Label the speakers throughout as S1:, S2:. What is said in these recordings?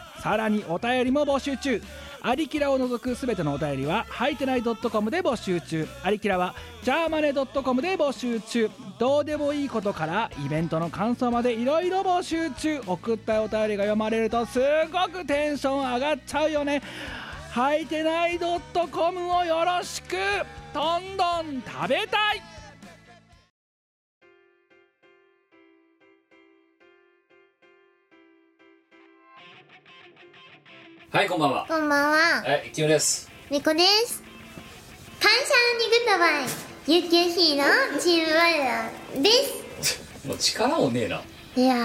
S1: さらにお便りも募集中アリキラを除くすべてのお便りは、はいてない .com で募集中。アリキラは、ジャーマネ .com で募集中。どうでもいいことから、イベントの感想までいろいろ募集中。送ったお便りが読まれると、すごくテンション上がっちゃうよね。はいてない .com をよろしくどんどん食べたい
S2: はい、こんばんは。
S3: こんばんは
S2: はい、キムです。
S3: みこです感謝にグッドバイ琉球ヒーローチームワイラーです
S2: もう力もねえな。
S3: いや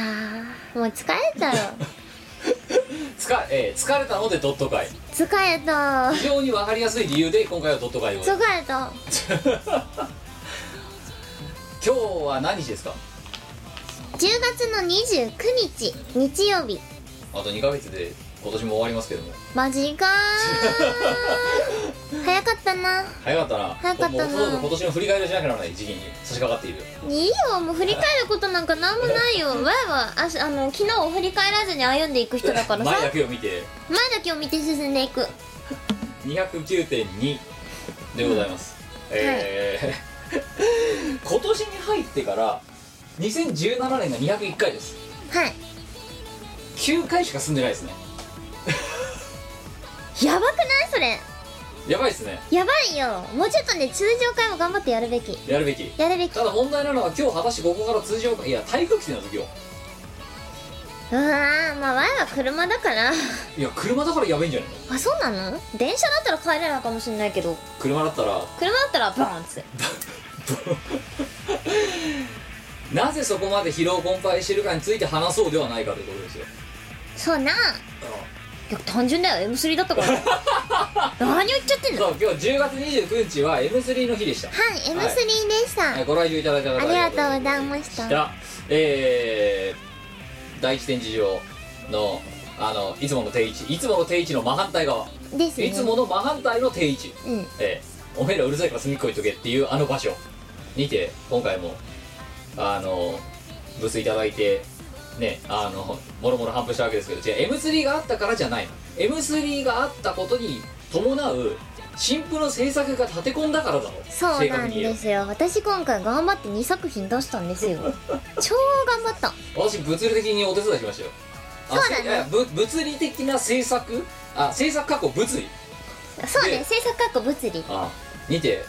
S3: ーもう疲れ たよ
S2: つか、えー疲れたのでドット会。
S3: 疲れた
S2: 非常にわかりやすい理由で、今回はドット会を。
S3: 疲
S2: 今
S3: れた
S2: 日は何日ですか
S3: 10月の29日日曜日
S2: あと2ヶ月で、今年も終わりますけども。
S3: マジ かー早かったな
S2: 早かったな。
S3: 早かったな
S2: もうそうそう今年の振り返りしなきゃならない時期に差し掛かっているよ。
S3: いいよもう振り返ることなんかなんもないよわいはあしあの昨日を振り返らずに歩んでいく人だからさ
S2: 前だけを見て、
S3: 前だけを見て進んでいく
S2: 209.2でございます。えー 今年に入ってから、2017年が201回です。
S3: はい
S2: 9回しか住んでないですね。
S3: やばくないそれ
S2: やばいですね。
S3: やばいよもうちょっとね通常会も頑張ってやるべき
S2: やるべき。
S3: やるべきう
S2: ただ問題なのは今日果たしてここから通常会いや体育規制なんですよ
S3: わーまあわいは車だから
S2: 今日いや車だからやべえんじゃないの
S3: あそうなの電車だったら帰れないかもしんないけど
S2: 車だったら
S3: 車だったらバーンっつって
S2: なぜそこまで疲労困憊してるかについて話そうではないかということですよ
S3: そうないや単純だよ M3 だったから 何を言っちゃってんの
S2: そう今日10月29日は M3 の日でした
S3: はい、M3 でした。
S2: はいご来場いただいた方
S3: ありがとうございました
S2: えー、第一展示場のあのいつもの定位置いつもの定位置の真反対側
S3: ですね。
S2: いつもの真反対の定位置
S3: うん。
S2: ええ、おめえらうるさいから隅っこ行っとけっていうあの場所にて今回もあのブスいただいてねあのもろもろ反布したわけですけど違う M3 があったからじゃないの M3 があったことに伴う新婦の制作が立て込んだからだろ
S3: そうなん
S2: 言え
S3: で
S2: ば
S3: すよ。私今回頑張って2作品出したんです よ。超頑張った。
S2: 私物理的にお手伝いしましたよあ
S3: そうだね
S2: いやぶ物理的な制作あ制作過去物理
S3: そうね、
S2: で
S3: 制作学物理。
S2: あにて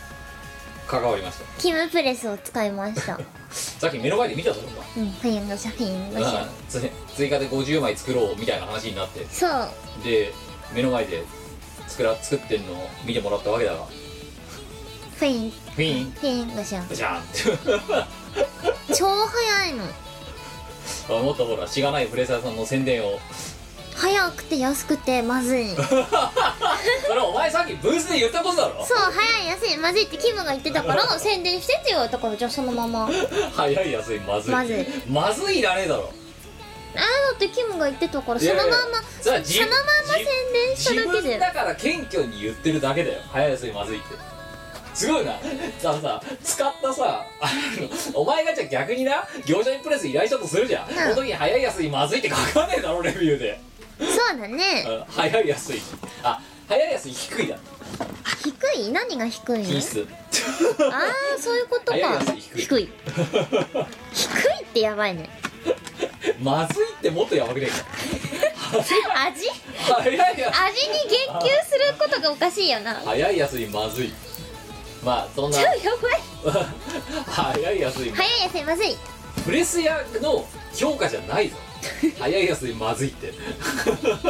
S2: 関わりまし
S3: キムプレスを使いました。
S2: たさっき目の前で見たぞ僕は
S3: うん、フィンガシャフィンガシャ。
S2: うんつ追加で50枚作ろうみたいな話になって
S3: そう。
S2: で目の前で作ら作ってんのを見てもらったわけだが
S3: フィン、
S2: フィーン
S3: フィンガシャ。
S2: じゃんって
S3: 超早いの。
S2: あもっとほらしがないプレイサーさんの宣伝を
S3: 早くて安くてま ずい。そう、
S2: それお前さっきブースで言ったことだろ
S3: 早い安いまずいってキムが言ってたから宣伝してって言われたから、じゃあその まま。あー
S2: 早い安いまずい
S3: まずい
S2: まずいらねえだろ
S3: だってキムが言ってたから、
S2: い
S3: そ
S2: や
S3: の
S2: い
S3: ま
S2: や
S3: んま、
S2: そ
S3: そ
S2: れ
S3: の
S2: は
S3: まんま
S2: 自
S3: 宣伝しただけ
S2: 自分
S3: で。
S2: だから謙虚に言ってるだけだよ早い安いまずいってすごいなさあさ使ったさあのお前がじゃあ逆にな業者にプレス依頼したとするじゃん、その時に早い安いまずいって書かねえだろレビューで
S3: そうだね
S2: うん早い安いあ早い安い低いだ
S3: 低い何が低いの
S2: 品質
S3: ああそういうことか
S2: 早いやつ低い
S3: 低い低いってやばいね
S2: まずいってもっとやばくねえ
S3: 味
S2: か早い
S3: 味に
S2: 安い
S3: 言及することがおかしいよな超
S2: 早い安いまずいまあそんな
S3: やばい
S2: 早い安い
S3: 早いやつまずい
S2: プレス屋の評価じゃないぞ早い安いまずいって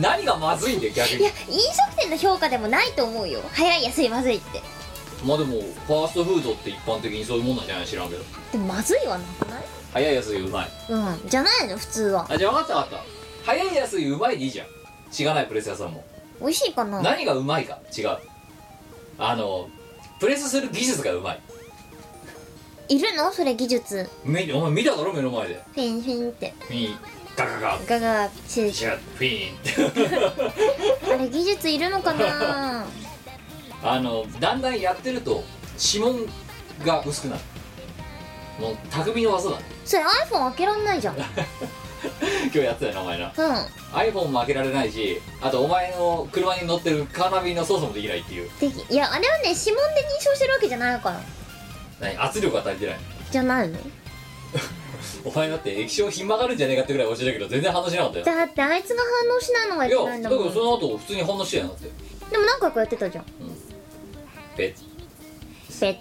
S2: 何がまずいんだよ逆
S3: い
S2: に
S3: や飲食店の評価でもないと思うよ早いやつまずいって
S2: まあでもファーストフードって一般的にそういうもんなんじゃない知らんけど
S3: でもまずいはなくない
S2: 早い安いうまい
S3: うんじゃないの普通は
S2: あじゃあ分かった分かった早い安いうまいでいいじゃんしがないプレス屋さんも
S3: 美味しいかな
S2: 何がうまいか違うあのプレスする技術がうまい
S3: いるのそれ技術
S2: みお前見ただろ目の前で
S3: フィンフィンって
S2: フィンガガ
S3: ガ
S2: ガ
S3: ガチ
S2: シュッフィンって
S3: あれ技術いるのか な
S2: あのだんだんやってると指紋が薄くなるもう匠の技だね
S3: それ iPhone 開けらんないじゃんうん
S2: 今日やってたよなお前な iPhone も開けられないしあとお前の車に乗ってるカーナビの操作もできないっていう
S3: できいやあれはね指紋で認証してるわけじゃないから
S2: 何圧力が足りてない
S3: じゃないの
S2: お前だって液晶ひん曲がるんじゃねえかってぐらい教えたけど全然反応しなかったよ
S3: だってあいつが反応しないのがいけない
S2: い
S3: んだ
S2: やだ
S3: も
S2: か
S3: ん
S2: らその後普通に反応してやなって
S3: でも何回かやってたじゃん
S2: ペ
S3: で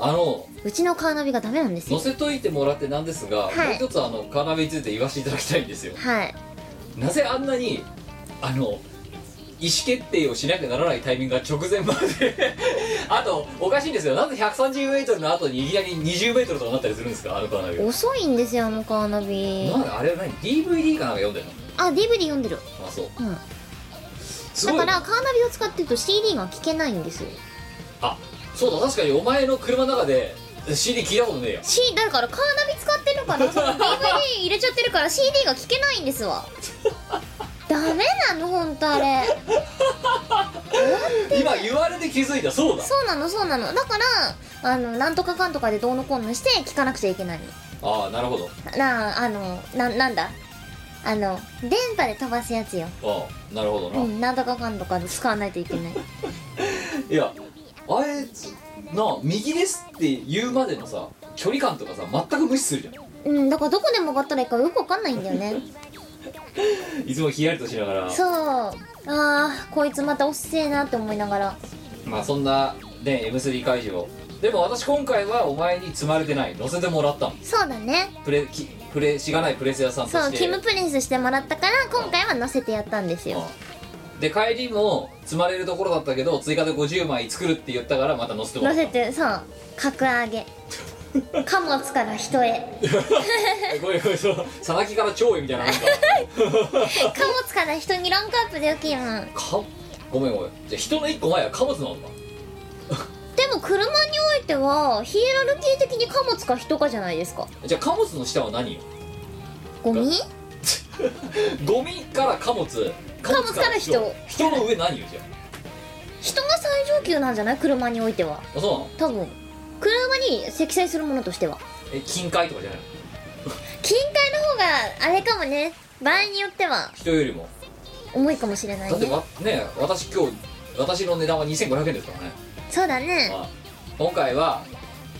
S2: あの
S3: うちのカーナビがダメなんです
S2: 乗
S3: よ
S2: せといてもらってなんですが、
S3: はい
S2: もう一つあのカーナビについて言わせていただきたいんですよ
S3: はい
S2: なぜあんなにあの意思決定をしなきゃならないタイミングが直前まで あとおかしいんですよなぜ 130m の後にいきなり 20m とかなったりするんですかあのカーナビは
S3: 遅いんですよあのカーナビ
S2: なんだあれは何 DVD かなんか読んでる
S3: あ DVD 読んでる
S2: のあそう
S3: うん
S2: す
S3: だ
S2: ご
S3: か
S2: いな
S3: らカーナビを使ってると CD が聴けないんですよ
S2: あそうだ確かにお前の車の中で CD 聞いたことねえよ
S3: C だからカーナビ使ってる からその DVD 入れちゃってるから CD が聴けないんですわダメなの本当あれ
S2: 今言われて気づいたそうだ
S3: そうなのそうなのだからあのなんとかかんとかでどうのこうのして聞かなくちゃいけないの
S2: ああなるほど
S3: なあのななんだあの電波で飛ばすやつよ
S2: ああなるほどな、
S3: うんなんとかかんとかで使わないといけない
S2: いやあれな右ですって言うまでのさ距離感とかさ全く無視するじゃん
S3: うんだからどこで曲がったらいいかよくわかんないんだよね
S2: いつもひやりとしながら
S3: そうあーこいつまたおっせえなって思いながら
S2: まあそんなね M3 会場でも私今回はお前に積まれてない乗せてもらったの
S3: そうだね
S2: プレきプレしがないプレス屋さんと
S3: そう
S2: して
S3: キムプリンスしてもらったから今回は乗せてやったんですよ
S2: うんで帰りも積まれるところだったけど追加で50枚作るって言ったからまた乗せてもら
S3: 乗
S2: った
S3: せてそう格上 げ貨物から人へ
S2: ごめんごめんそうさなきから超えみたいななんか
S3: 貨物から人にランクアップだよキム
S2: かごめんごめんじゃあ人の一個前は貨物なのか
S3: でも車においてはヒエラルキー的に貨物か人かじゃないですか
S2: じゃあ貨物の下は何よ
S3: ゴミ
S2: ゴミから貨物
S3: 貨物から人
S2: 人の上何よじゃ
S3: 人が最上級なんじゃない車においては
S2: ああそうなの
S3: 多分車に積載するものとしては
S2: え近海とかじゃないの
S3: 近海の方があれかもね場合によっては
S2: 人よりも
S3: 重いかもしれな
S2: だっ
S3: い
S2: て
S3: ね
S2: わね私今日私の値段は2500円ですからね、
S3: そうだね
S2: まあ、今回は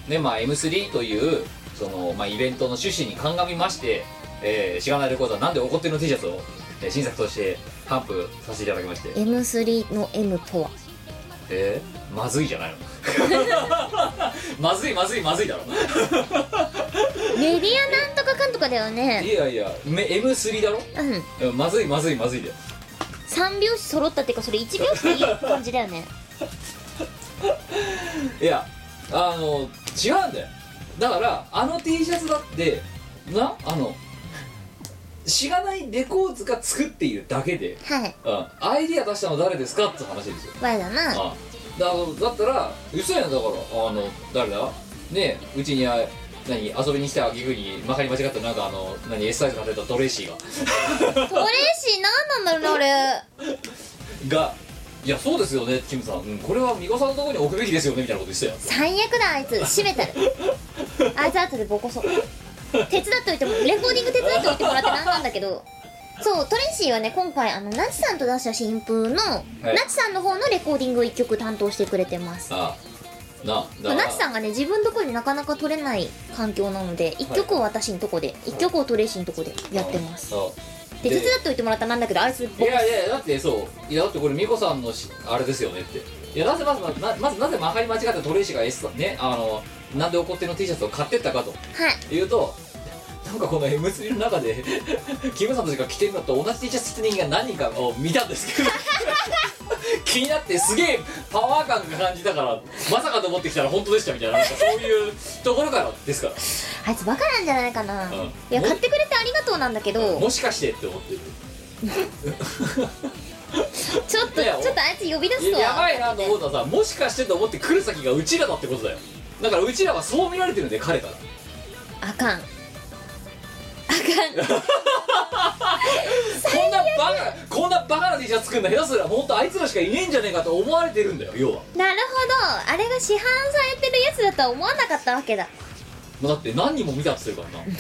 S2: ねまあ M3 というその、まあ、イベントの趣旨に鑑みまして、えー、しがないレコードはなんで怒ってるの T シャツを、えー新作として頒布させていただきまして
S3: M3 の M とは
S2: えー、まずいじゃないの まずいまずいまずいだろ
S3: メディアなんとかかんとかだよね
S2: いやいやめ M3 だろ
S3: うん
S2: うんまずいまずいまずいだよ
S3: 3拍子揃ったっていうかそれ1拍子でいい感じだよね
S2: いやあの違うんだよだからあの T シャツだってなあのしがないレコーズが作っているだけで、
S3: はい
S2: うん、アイディア出したの誰ですかって話ですよ、
S3: わだな
S2: あだだったら嘘やんだからあの誰だねえうちにあ何遊びに来た岐阜にまかり間違ったなんかあの何 S サイズ買ってたドレーシーが
S3: トレーシー何なんだろうねあれ
S2: がいやそうですよねキムさん、うん、これは美子さんのところに置くべきですよねみたいなこと言ってたよ
S3: 最悪だあいつ閉めたるあいつ後でボコそう手伝っといてもレコーディング手伝っといてもらってなんなんだけどそうトレーシーはね今回あのナチさんと出した新風の、ナチさんの方のレコーディングを1曲担当してくれてます
S2: ああなだから
S3: ナチさんがね自分のとこでなかなか取れない環境なので1曲を私のとこで1曲をトレーシーのとこでやってます
S2: あ
S3: で手伝っといてもらったなんだけどあいつ
S2: いやいやだってそういやだってこれ美子さんのしあれですよねっていやなぜまずまなまずなぜまかり間違ってトレイシーが S さんねあのなんで怒ってるの T シャツを買ってったかと
S3: はい
S2: いうとなんかこの M3 の中で キムさんたちが着てるのと同じ T シャツ着てる人間が何人かを見たんですけど 気になってすげえパワー感が感じたからまさかと思ってきたら本当でしたみたいななんかそういうところからですから
S3: あいつバカなんじゃないかな、
S2: うん
S3: いや買ってくれてありがとうなんだけど
S2: もしかしてって思ってる
S3: ちょっと
S2: いや
S3: ちょっとあいつ呼び出す
S2: や
S3: とは
S2: やばいなと思ったのはさもしかしてと思って来る先がうちらだってことだよだからうちらはそう見られてるんで彼から
S3: あ かん
S2: こんなバカこんなバカな T シャツ作るの下手すら本当あいつらしかいねえんじゃねえかと思われてるんだよ要は
S3: なるほどあれが市販されてるやつだとは思わなかったわけだ
S2: もうだって何人も見たって言ってるからな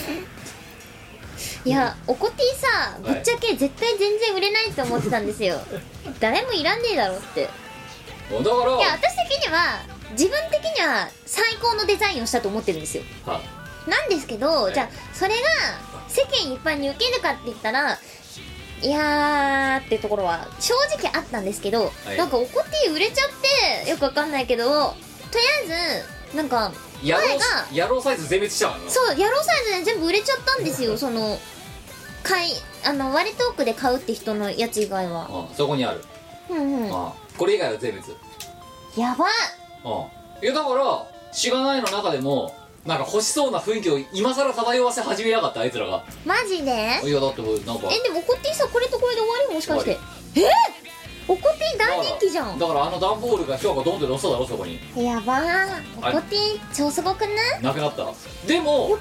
S2: い
S3: やおこてぃさぶっちゃけ絶対全然売れないと思ってたんですよ誰もいらねえだろうってい
S2: もうだから
S3: や私的には自分的には最高のデザインをしたと思ってるんですよ
S2: はい
S3: なんですけど、
S2: い
S3: じゃあそれが世間一般に受けるかって言ったらいやーってところは正直あったんですけど、
S2: はい
S3: なんかおこてぃ売れちゃってよくわかんないけどとりあえずなんか
S2: 野郎
S3: 前が
S2: 野郎サイズ全滅したからな
S3: そう野郎サイズで全部売れちゃったんですよその買いあの割と奥で買うって人のやつ以外は
S2: あそこにある、
S3: うんうん
S2: あこれ以外は全滅
S3: やばっ
S2: うんいやだからしがないの中でもなんか欲しそうな雰囲気を今更漂わせ始めやがったあいつらが
S3: マジでえ
S2: いやだってもうなんか
S3: でもおこてぃさこれとこれで終わりもしかしてえ
S2: 終
S3: ー、おこてぃ大人気じゃん
S2: だからあの段ボールが今日がドンって乗せただろそこに
S3: やばーお
S2: あれ
S3: こてぃ超すごくない
S2: なくなったで
S3: よ
S2: も
S3: か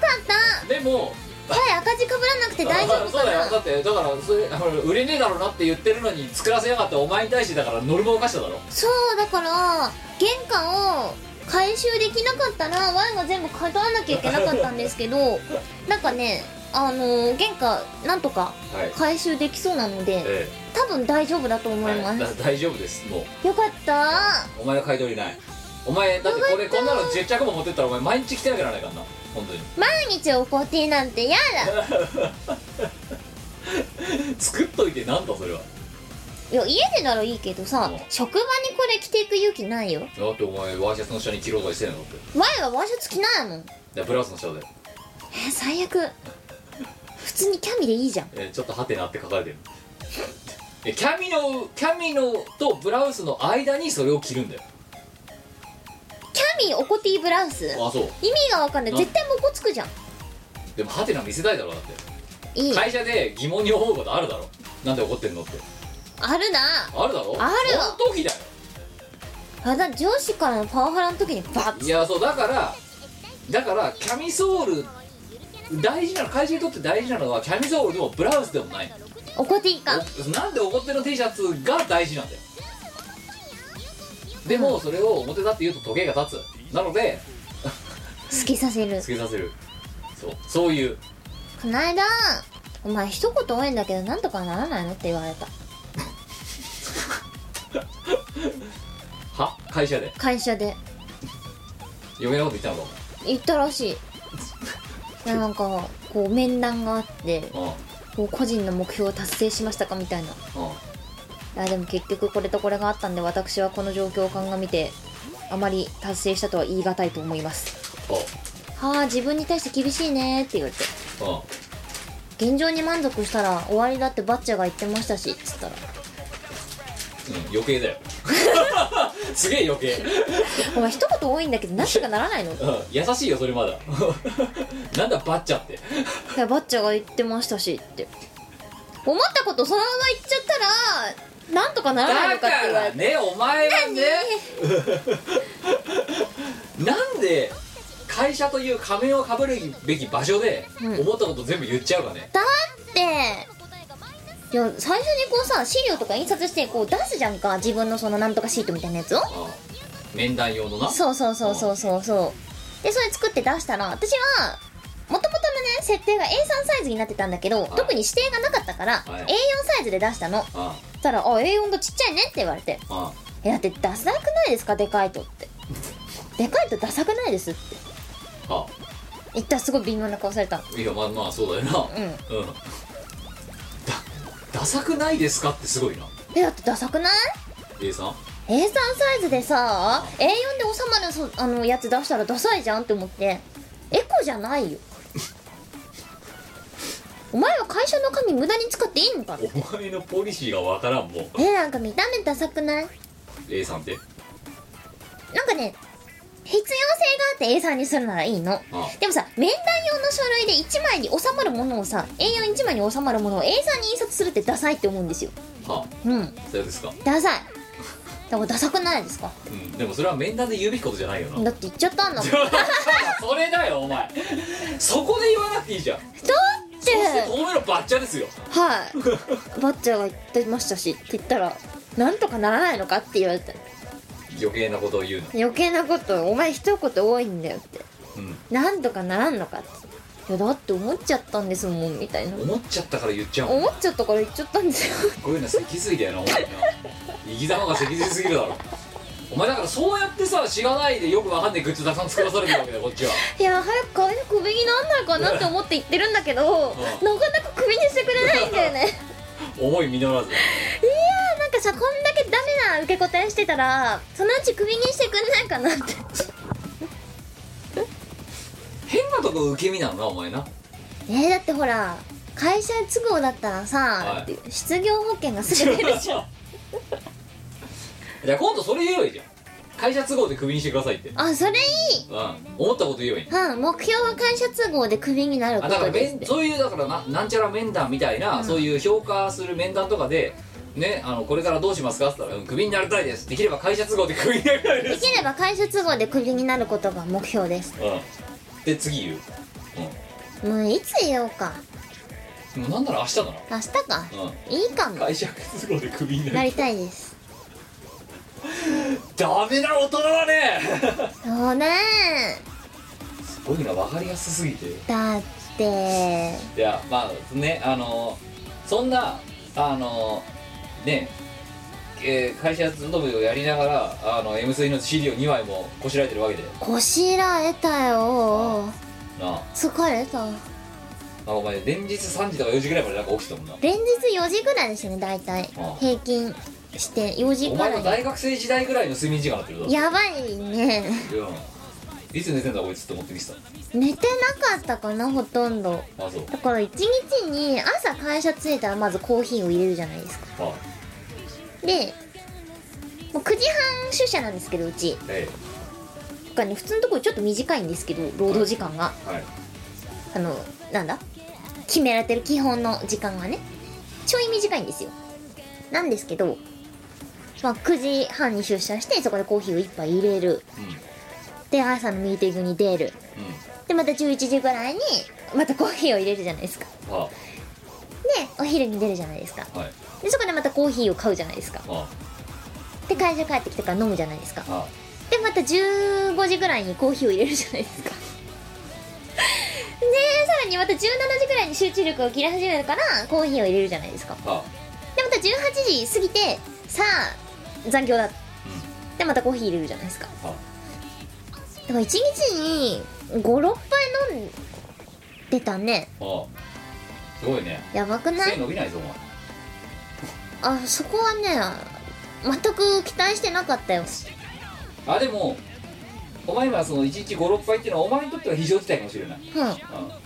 S3: っ た
S2: でも
S3: さえ赤字かぶらなくて大丈夫
S2: あそう
S3: か
S2: だよ
S3: な
S2: だってだからそれあの売れねえだろうなって言ってるのに作らせやがったお前に対してだからノルマを犯しただろ
S3: そうだから原価を回収できなかったらワインが全部買わなきゃいけなかったんです けどなんかねあのー原価なんとか
S2: はい
S3: 回収できそうなので
S2: え
S3: 多分大丈夫だと思い
S2: えは
S3: ま
S2: いだ
S3: す
S2: 大丈夫ですもう
S3: よかった
S2: お前の買い取りないお前だってこれこんなの10着も持ってったらお前毎日着てなきゃならないからな本当に
S3: 毎日おこてぃなんてやだ
S2: 作っといてなんだそれはい
S3: や家でならいいけどさ
S2: うん
S3: 職場にこれ着ていく勇気ないよ
S2: だってお前ワイシャツの下に着ろうとしてんのだって
S3: ワイはワイシャツ着ないもん
S2: でブラウスの下で、
S3: えー最悪普通にキャミでいいじゃん
S2: えーちょっとハテナって書かれてる えキャミのキャミのとブラウスの間にそれを着るんだよ
S3: キャミおこてぃブラウス
S2: あそう
S3: 意味がわかんない
S2: な
S3: 絶対ボコつくじゃん
S2: でもハテナ見せたいだろだって
S3: いい
S2: 会社で疑問に思うことあるだろなんで怒ってんのって
S3: あるな
S2: あるだろ
S3: ある
S2: その時だよ
S3: あだ上司からのパワハラの時にバッ
S2: いやそうだからだからキャミソール大事なの会社にとって大事なのはキャミソールでもブラウスでもない
S3: おこてぃか
S2: おなんで表の T シャツが大事なんだよでもそれを表だって言うと時計が立つなので
S3: 好きさせる
S2: つけさせるそうそういう
S3: こないだお前一言多いんだけどなんとかならないのって言われた
S2: は会社で
S3: 会社で
S2: 嫁のこと言ったのか
S3: 言ったら しいいやなんかこう面談があって
S2: お前
S3: こう個人の目標を達成しましたかみたいな
S2: うんうん
S3: あでも結局これとこれがあったんで私はこの状況を鑑みてあまり達成したとは言い難いと思いますはあ自分に対して厳しいねって言われて
S2: おうん
S3: 現状に満足したら終わりだってバッチャが言ってましたしっつったら「
S2: うん余計だよ すげえ余計、
S3: お前一言多いんだけどなんとかならないの?」だか
S2: うん、優しいよそれまだ なんだバッチャって
S3: らバッチャが言ってましたしって思ったことそのまま言っちゃったらなんとかならないのか
S2: だか
S3: って言われ
S2: ら
S3: て
S2: ねお前はねなんで会社という仮面をかぶるべき場所で
S3: うん
S2: 思ったこと全部言っちゃうかね、
S3: だっていや最初にこうさ資料とか印刷してこう出すじゃんか自分のそのなんとかシートみたいなやつを
S2: ああ面談用のな
S3: そうそうそうそうそうそうでそれ作って出したら私はもともとのね設定が A3 サイズになってたんだけど
S2: い
S3: 特に指定がなかったから
S2: はい
S3: A4 サイズで出したの
S2: あ
S3: そしたら「あ A4 がちっちゃいね」って言われて
S2: ああ
S3: 「えだってダサくないですかでかいと」って「でかいとダサくないです」って
S2: ああ
S3: 言ったらすごい微妙な顔されたの
S2: あいやまあまあそうだよな
S3: うん
S2: うんだダサくないですかってすごいな
S3: えだってダサくない
S2: A さん
S3: A3 サイズでさ A4 で収まるそあのやつ出したらダサいじゃんって思ってエコじゃない よお前は会社の紙無駄に使っていいのかって
S2: お前のポリシーがわからんもう
S3: えなんか見た目ダサくない
S2: A さんって
S3: なんかね必要性があって A さんにするならいいの
S2: あ
S3: でもさ面談用の書類で1枚に収まるものをさ A41 枚に収まるものを A さんに印刷するってダサいって思うんですよ
S2: は
S3: うん
S2: あそうですか
S3: ダ サいでもダサくないですか
S2: うんでもそれは面談で言うべきことじゃないよな
S3: だって言っちゃったんだもんだっ
S2: それだよお前そこで言わなくていいじゃん
S3: て
S2: そしてこの目のバッチャですよ
S3: はいバッチャが言ってましたしって言ったらなんとかならないのかって言われて
S2: 余計なことを言うの
S3: 余計なことお前一言多いんだよって
S2: うん
S3: なんとかならんのかっていやだって思っちゃったんですもんみたいな
S2: 思っちゃったから言っちゃうもん
S3: 思っちゃったから言っちゃったんですよ
S2: こういうの脊髄だよなお前な生き様が脊髄すぎるだろお前だからそうやってさ知らないでよくわかんないグッズたくさん作らされてるわけだよこっちはい
S3: や早く髪の首になんないかなって思って言ってるんだけど
S2: あ
S3: なかなか首にしてくれないんだよね いや
S2: 思い実らず
S3: ーなんかさこんだけダメな受け答えしてたらそのうち首にしてくれないかなって
S2: 変なとこ受け身なのなお前な
S3: えー、だってほら会社都合だったらさ、
S2: はい
S3: 失業保険がすぐ出 るじゃん
S2: じゃあ今度それ言えばいいじゃん会社都合でクビにしてくださいってうん
S3: あそれいい
S2: 思ったこと言えばいい
S3: うん目標は会社都合でクビになるこ
S2: あだか
S3: と
S2: ら
S3: ですっ
S2: 面
S3: て
S2: そういうだからななんちゃら面談みたいな、そういう評価する面談とかでねあのこれからどうしますかって言ったらうん「クビになりたいです」できれば会社都合でクビになりたいで、
S3: ですきれば会社都合でクビになることが目標です
S2: うん、で次言う、
S3: もういつ言おうか
S2: うん、もうなんなら明日だな
S3: 明日か
S2: う
S3: いいかも
S2: 会社都合でクビにな
S3: な
S2: る
S3: りたいです
S2: ダメな大人だね
S3: そうね
S2: すごいな分かりやすすぎて
S3: だって
S2: いやまあねあのそんなあのねえー会社勤めをやりながらあの M3 の資料2枚もこしらえてるわけで
S3: こしらえたよ
S2: なあ
S3: 疲れた
S2: なんかお前連日3時とか4時ぐらいまでなんか起きてたもんな
S3: 連日4時ぐらいでしたね大体
S2: ああ
S3: 平均して4時
S2: お
S3: ぐ
S2: 前の
S3: らい
S2: 大学生時代ぐらいの睡眠時間だってことだ
S3: やばいね
S2: うんいつ寝てんだこいつって思って見てた
S3: 寝てなかったかなほとんど
S2: あそう
S3: だから1日に朝会社着いたらまずコーヒーを入れるじゃないですか
S2: は
S3: でもう9時半出社なんですけどうち
S2: いえ
S3: だからね普通のところちょっと短いんですけど労働時間が
S2: えはい
S3: あのなんだ決められてる基本の時間がねちょい短いんですよなんですけど、まあ、9時半に出社してそこでコーヒーを1杯入れる
S2: うん
S3: で朝のミーティングに出るでまた11時ぐらいにまたコーヒーを入れるじゃないですか
S2: うんは
S3: でお昼に出るじゃないですか
S2: あはい
S3: でそこでまたコーヒーを買うじゃないですか
S2: は
S3: で会社帰ってきてから飲むじゃないですか
S2: あは
S3: でまた15時ぐらいにコーヒーを入れるじゃないですか でさらにまた17時ぐらいに集中力を切り始めるからコーヒーを入れるじゃないですか
S2: あはあ
S3: でまた18時過ぎてさあ残業だでまたコーヒー入れるじゃないですか
S2: うんは
S3: だから1日に56杯飲んでたね
S2: あはあすごいね
S3: やばくない
S2: 背伸びないぞお前
S3: あそこはね全く期待してなかったよ
S2: あでもお前今その1日56杯っていうのはお前にとっては非常事態かもしれない、
S3: うん
S2: うん、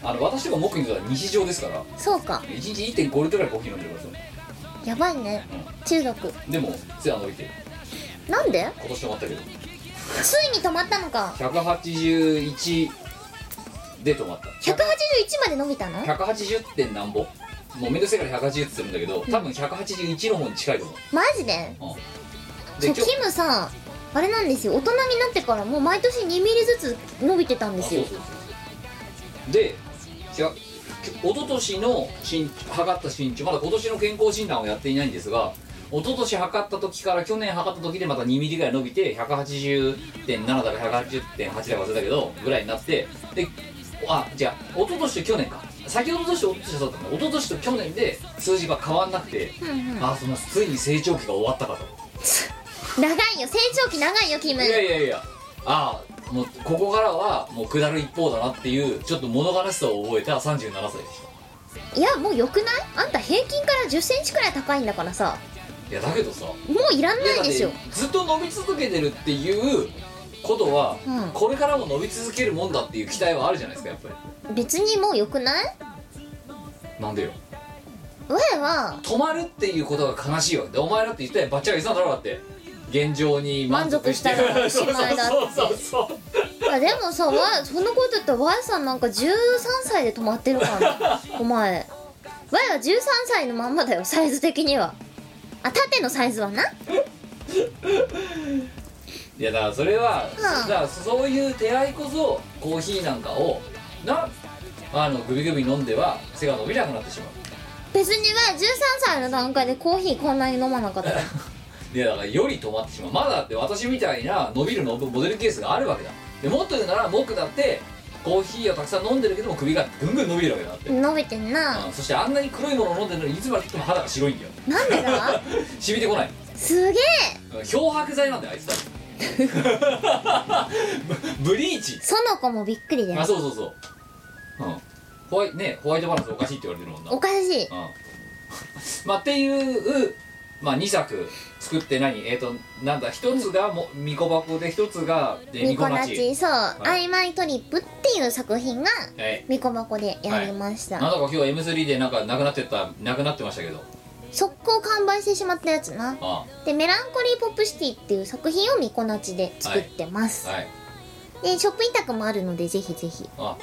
S2: あの私とか僕にとっては日常ですから
S3: そうか
S2: 1日1.5リットルぐらいコーヒー飲んでるからさ
S3: やばいね中毒
S2: うんでも背は伸びてる
S3: なんで
S2: 今年止まったけど
S3: ついに止まったのか
S2: 181で止まった
S3: 181まで伸びたの
S2: 180点なんぼもうめんどくせえから180って言ってるんだけど多分181の方に近いと思
S3: マジで
S2: う、うん、
S3: そう
S2: で
S3: キムさあれなんですよ大人になってからもう毎年2ミリずつ伸びてたんで
S2: あ
S3: す
S2: そう
S3: よ
S2: そうそうそうでいや一昨年の身測った身長まだ今年の健康診断をやっていないんですが一昨年測った時から去年測った時でまた2ミリぐらい伸びて180.7だか180.8だか忘れたけどぐらいになってであじゃあ一昨年と去年か先ほどとして一昨年はそうだったんだ一昨年と去年で数字が変わんなくて、
S3: うんうん
S2: あそのついに成長期が終わったかと
S3: 長いよ成長期長いよキム
S2: いやいやいやああもうここからはもう下る一方だなっていうちょっと物悲しさを覚えた37歳でし
S3: いやもう良くないあんた平均から1 0センチくらい高いんだからさ
S2: たいやだけどさ
S3: もういらんないでしょ
S2: いやだってずっと伸び続けてるっていうことは、
S3: うん
S2: これからも伸び続けるもんだっていう期待はあるじゃないですかやっぱり
S3: 別にもう良くない
S2: なんでよ
S3: 我は
S2: 止まるっていうことが悲しいわけでお前だって言ったやんバッチャが言ってたんだろだって現状に満足して
S3: 満足したらおしまいだって
S2: そうそうそうそう
S3: いやでもさわそんなこと言ったら Y さんなんか13歳で止まってるから ねお前 Y は13歳のまんまだよサイズ的にはあ縦のサイズはない
S2: やだからそれは、
S3: うん
S2: だからそういう出会いこそコーヒーなんかをなあのグビグビ飲んでは背が伸びなくなってしまう
S3: 別に Y 13歳の段階でコーヒーこんなに飲まなかったよ
S2: いやだからより止まってしまうまだだって私みたいな伸びるのモデルケースがあるわけだでもっと言うなら僕だってコーヒーをたくさん飲んでるけども首がぐんぐん伸びるわけだって、
S3: 伸びてんな
S2: うんそしてあんなに黒いものを飲んでるのにいつまでたっても肌が白いんだよ
S3: なんでだ
S2: 染みてこない
S3: すげえ
S2: うん漂白剤なんだよあいつだ って ブブリーチ
S3: その子もびっくりだ
S2: あ
S3: よ
S2: そうそうそう、うん、ホワイねホワイトバランスおかしいって言われてるもんな、う
S3: お
S2: ん、
S3: かしい
S2: まあっていう、まあ、2作作って何えっ、となんだ一つがも巫女箱で一つがえー
S3: ニ
S2: 巫
S3: コ
S2: 女
S3: ナ
S2: 町
S3: チそう、
S2: い
S3: 曖昧トリップ」っていう作品が
S2: え
S3: みこ箱でやりまし
S2: ー
S3: た、
S2: なんだか今日 M3 でなんかなくなってたなくなってましたけど
S3: 速攻完売してしまったやつな
S2: あ
S3: で「メランコリー・ポップ・シティ」っていう作品をミコナチで作ってます、
S2: はい
S3: でショップ委託もあるのでぜひぜひ
S2: あ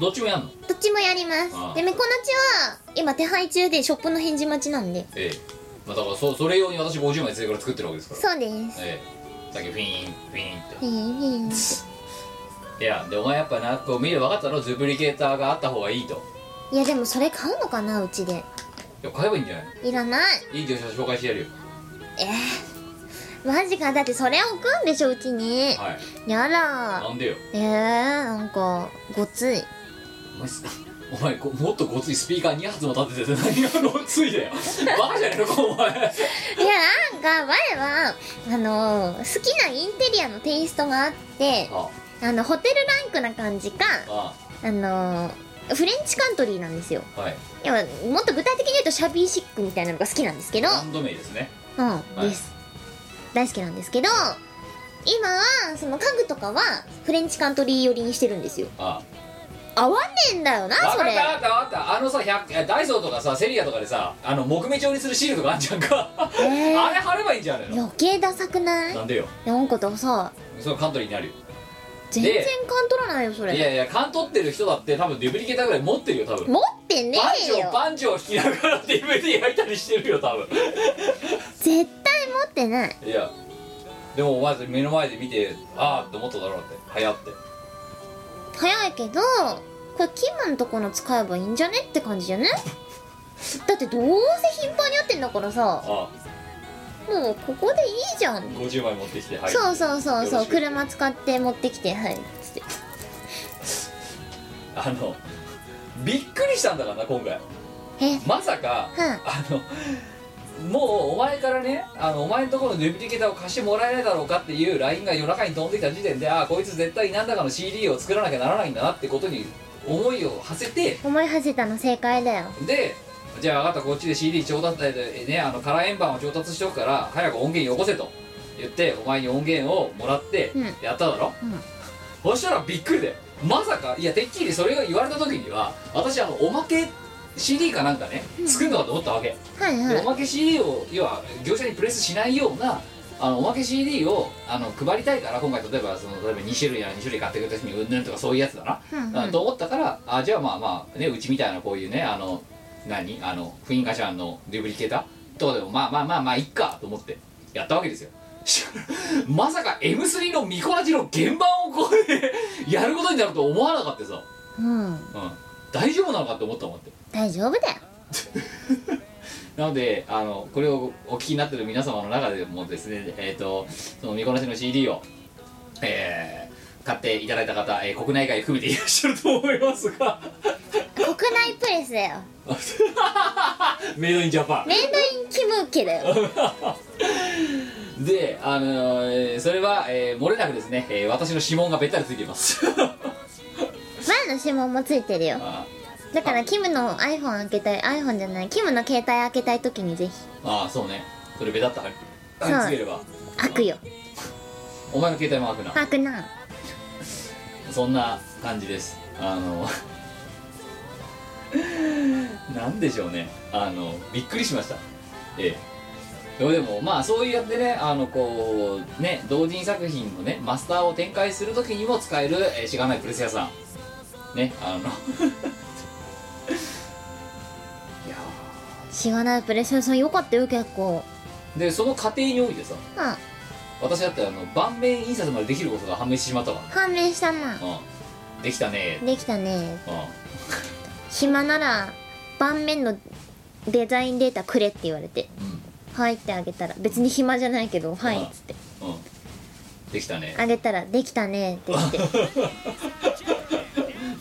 S2: どっちもやんの
S3: どっちもやります
S2: ああ
S3: でミコナチは今手配中でショップの返事待ちなんで
S2: ええまあ、だからそそれ用に私50枚追加で作ってるわけですから
S3: そうです
S2: ええさっきフィーンフィーンって
S3: へえへえ
S2: いやでお前やっぱなこう見れば分かったろズブリケーターがあった方がいいと
S3: いやでもそれ買うのかなうちで
S2: いや買えばいいんじゃない
S3: いらない
S2: いい業者紹介してやるよ
S3: ええマジかだってそれ置くんでしょうちに
S2: はい
S3: やら
S2: なんでよ
S3: ええなんかごつい
S2: お前すお前こもっとごついスピーカー2発も立ててて何がごついだよ バカじゃねえのかお前
S3: いやなんか前はあの好きなインテリアのテイストがあって
S2: あ
S3: あのホテルランクな感じか
S2: あ
S3: あのフレンチカントリーなんですよ
S2: あはい
S3: いやもっと具体的に言うとシャビーシックみたいなのが好きなんですけど
S2: ハンドメイですね
S3: うん
S2: い
S3: です大好きなんですけど今はその家具とかはフレンチカントリー寄りにしてるんですよ
S2: あ
S3: 合わねえんだよな
S2: あ
S3: そ
S2: 分かっ
S3: れ
S2: た分かった分かったあのさ100えダイソーとかさセリアとかでさあの木目調にするシールとかあんじゃんか
S3: え
S2: あ
S3: ー、
S2: れ貼ればいいんじゃないの
S3: 余計ダサくない
S2: なんでよ
S3: なんかとさ
S2: そのカントリーになるよ
S3: 全然勘取らないよそ
S2: い
S3: れ
S2: やいやカン取ってる人だって多分デブリケーターぐらい持ってるよ多分
S3: 持ってね
S2: バン
S3: え
S2: ジョー
S3: よ
S2: バンジョー弾きながら DVD 焼いたりしてるよ多分
S3: 絶対持ってない
S2: いやでもお前目の前で見てああって思っただろうって流行って
S3: 早いけどこれキムのとこの使えばいいんじゃねって感じじゃねだってどうせ頻繁にやってんだからさ
S2: あ
S3: もうここでいいじゃん、
S2: あ50枚持ってきてはい
S3: そうそうそう
S2: よろ
S3: そう
S2: しく
S3: 車使って持ってきてはいつって
S2: あのびっくりしたんだからな今回
S3: え
S2: まさか
S3: は
S2: あのもうお前からねあのお前のところのデブリケーターを貸してもらえないだろうかっていう LINE が夜中に飛んできた時点でああこいつ絶対何らかの CD を作らなきゃならないんだなってことに思いを馳せて
S3: 思いはせたの正解だよ
S2: でじゃあ分かったこっちで CD 調達えねあのカラー円盤を調達しとくから早く音源よこせと言ってお前に音源をもらって
S3: うん
S2: やっただろ、
S3: うん
S2: そしたらびっくりだよまさかいやてっきりそれが言われた時には私あのおまけ CD かなんかね作るのかと思ったわけ、
S3: はい
S2: で
S3: は
S2: おまけ CD を要は業者にプレスしないようなあのおまけ CD をあの配りたいから今回例えばその例えば2種類や2種類買ってくれた人にうんぬんとかそういうやつだな、
S3: い
S2: あと思ったからあじゃあまあまあねうちみたいなこういうねあの何あの不印化社のデュブリケーターとかでもまあまあまあまあいっかと思ってやったわけですよ まさか M3 のミコラジの現場をこうで やることになると思わなかったさ、
S3: うん、うん、
S2: うん、大丈夫なのかって思ったもんだって
S3: 大丈夫だよ
S2: なのであのこれをお聞きになってる皆様の中でもですねえっ、とその見こなしの CD を、えー買っていただいた方、えー国内外含めていらっしゃると思いますが
S3: 国内プレスだよ
S2: メイドインジャパ
S3: メイドインキムウケだよ
S2: ンであのーえーそれは、えー、漏れなくですね、えー私の指紋がべったりついています
S3: 前の指紋もついてるよ
S2: あ
S3: だからキムの iPhone 開けたい iPhone じゃないキムの携帯開けたい時にぜひ
S2: あーそうねそれべたった貼り
S3: そう
S2: 貼り付ければ
S3: 開くよ
S2: お前の携帯も開くな
S3: 開くな
S2: そんな感じですあの なんでしょうねあのびっくりしましたええいやでもまあそうやってねあのこうね同人作品のねマスターを展開する時にも使える、えーしがないプレス屋さんねあの いや
S3: しがないプレセンさんよかったよ結構
S2: ーでその過程においてさ
S3: あ
S2: 私だってあの盤面印刷までできることが判明してしまったか
S3: 判明したな
S2: ら、うん、できたね
S3: できたね
S2: うん
S3: 暇なら盤面のデザインデータくれって言われてはいってあげたら別に暇じゃないけどはいっつって
S2: うんうんできたね
S3: あげたらできたねって言って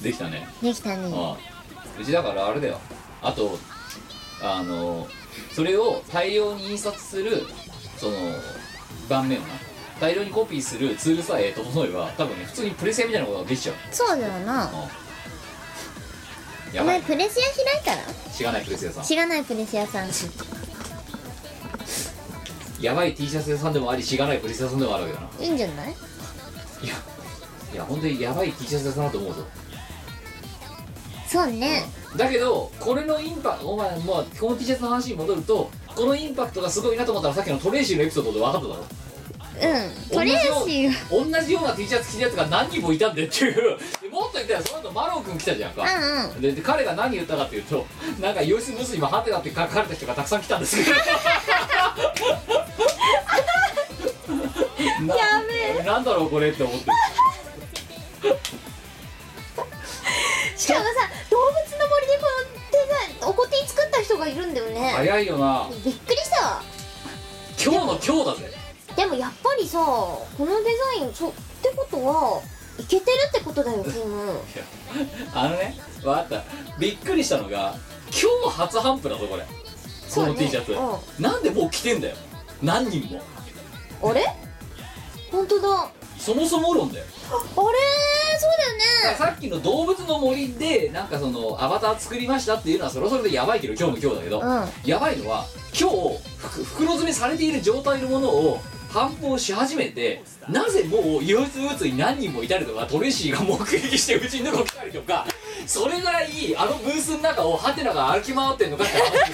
S2: できたね
S3: できたね
S2: うんうちだからあれだよあとあのそれを大量に印刷するその盤面をな大量にコピーするツールさえ整えば多分ね普通にプレセみたいなことができちゃう、
S3: そうだよな
S2: うんや
S3: お
S2: ば
S3: 前
S2: い
S3: プレス屋開いたら
S2: 知らないプレセ屋さん
S3: しがないプレス屋さん
S2: やばい T シャツ屋さんでもあり知らないプレセ屋さんでもあるわけだない
S3: いんじゃない
S2: やいや本当にやばい T シャツ屋さんだと思うぞ
S3: そうね
S2: だけどこれのインパクトお前もうこの T シャツの話に戻るとこのインパクトがすごいなと思ったらさっきのトレーシーのエピソードで分かっただろ
S3: うんトレーシーが
S2: 同じような T シャツ着たやつが何人もいたんでっていう でもっと言ったらその後マロン君来たじゃんか、
S3: うん
S2: でで彼が何言ったかっていうとなんか「様子娘今ハテナ」って書かれた人がたくさん来たんです けどやべえなんだろうこれって思っ
S3: う
S2: て
S3: んしかもさ動物の森でこのデザインおこて作った人がいるんだよね
S2: 早いよな
S3: びっくりしたわ
S2: 今日の今日だぜ
S3: でもやっぱりさこのデザインそうってことはいけてるってこと だよキム
S2: あのね分かったびっくりしたのが今日初ハンプだぞこれこの T シャツ、
S3: う
S2: なんでもう着てんだよ何人も
S3: ん、あれ本当だあれ
S2: そもそも論だよ
S3: ーそうだよね
S2: さっきの動物の森でなんかそのアバター作りましたっていうのはそれはそれでやばいけど今日も今日だけど、
S3: う
S2: やばいのは今日ふ袋詰めされている状態のものを反抗し始めてなぜもう憂鬱うつに何人もいたりとかトレシーが目撃してうちの子来たりとかそれぐらいあのブースの中をハテナが歩き回ってんのかって話です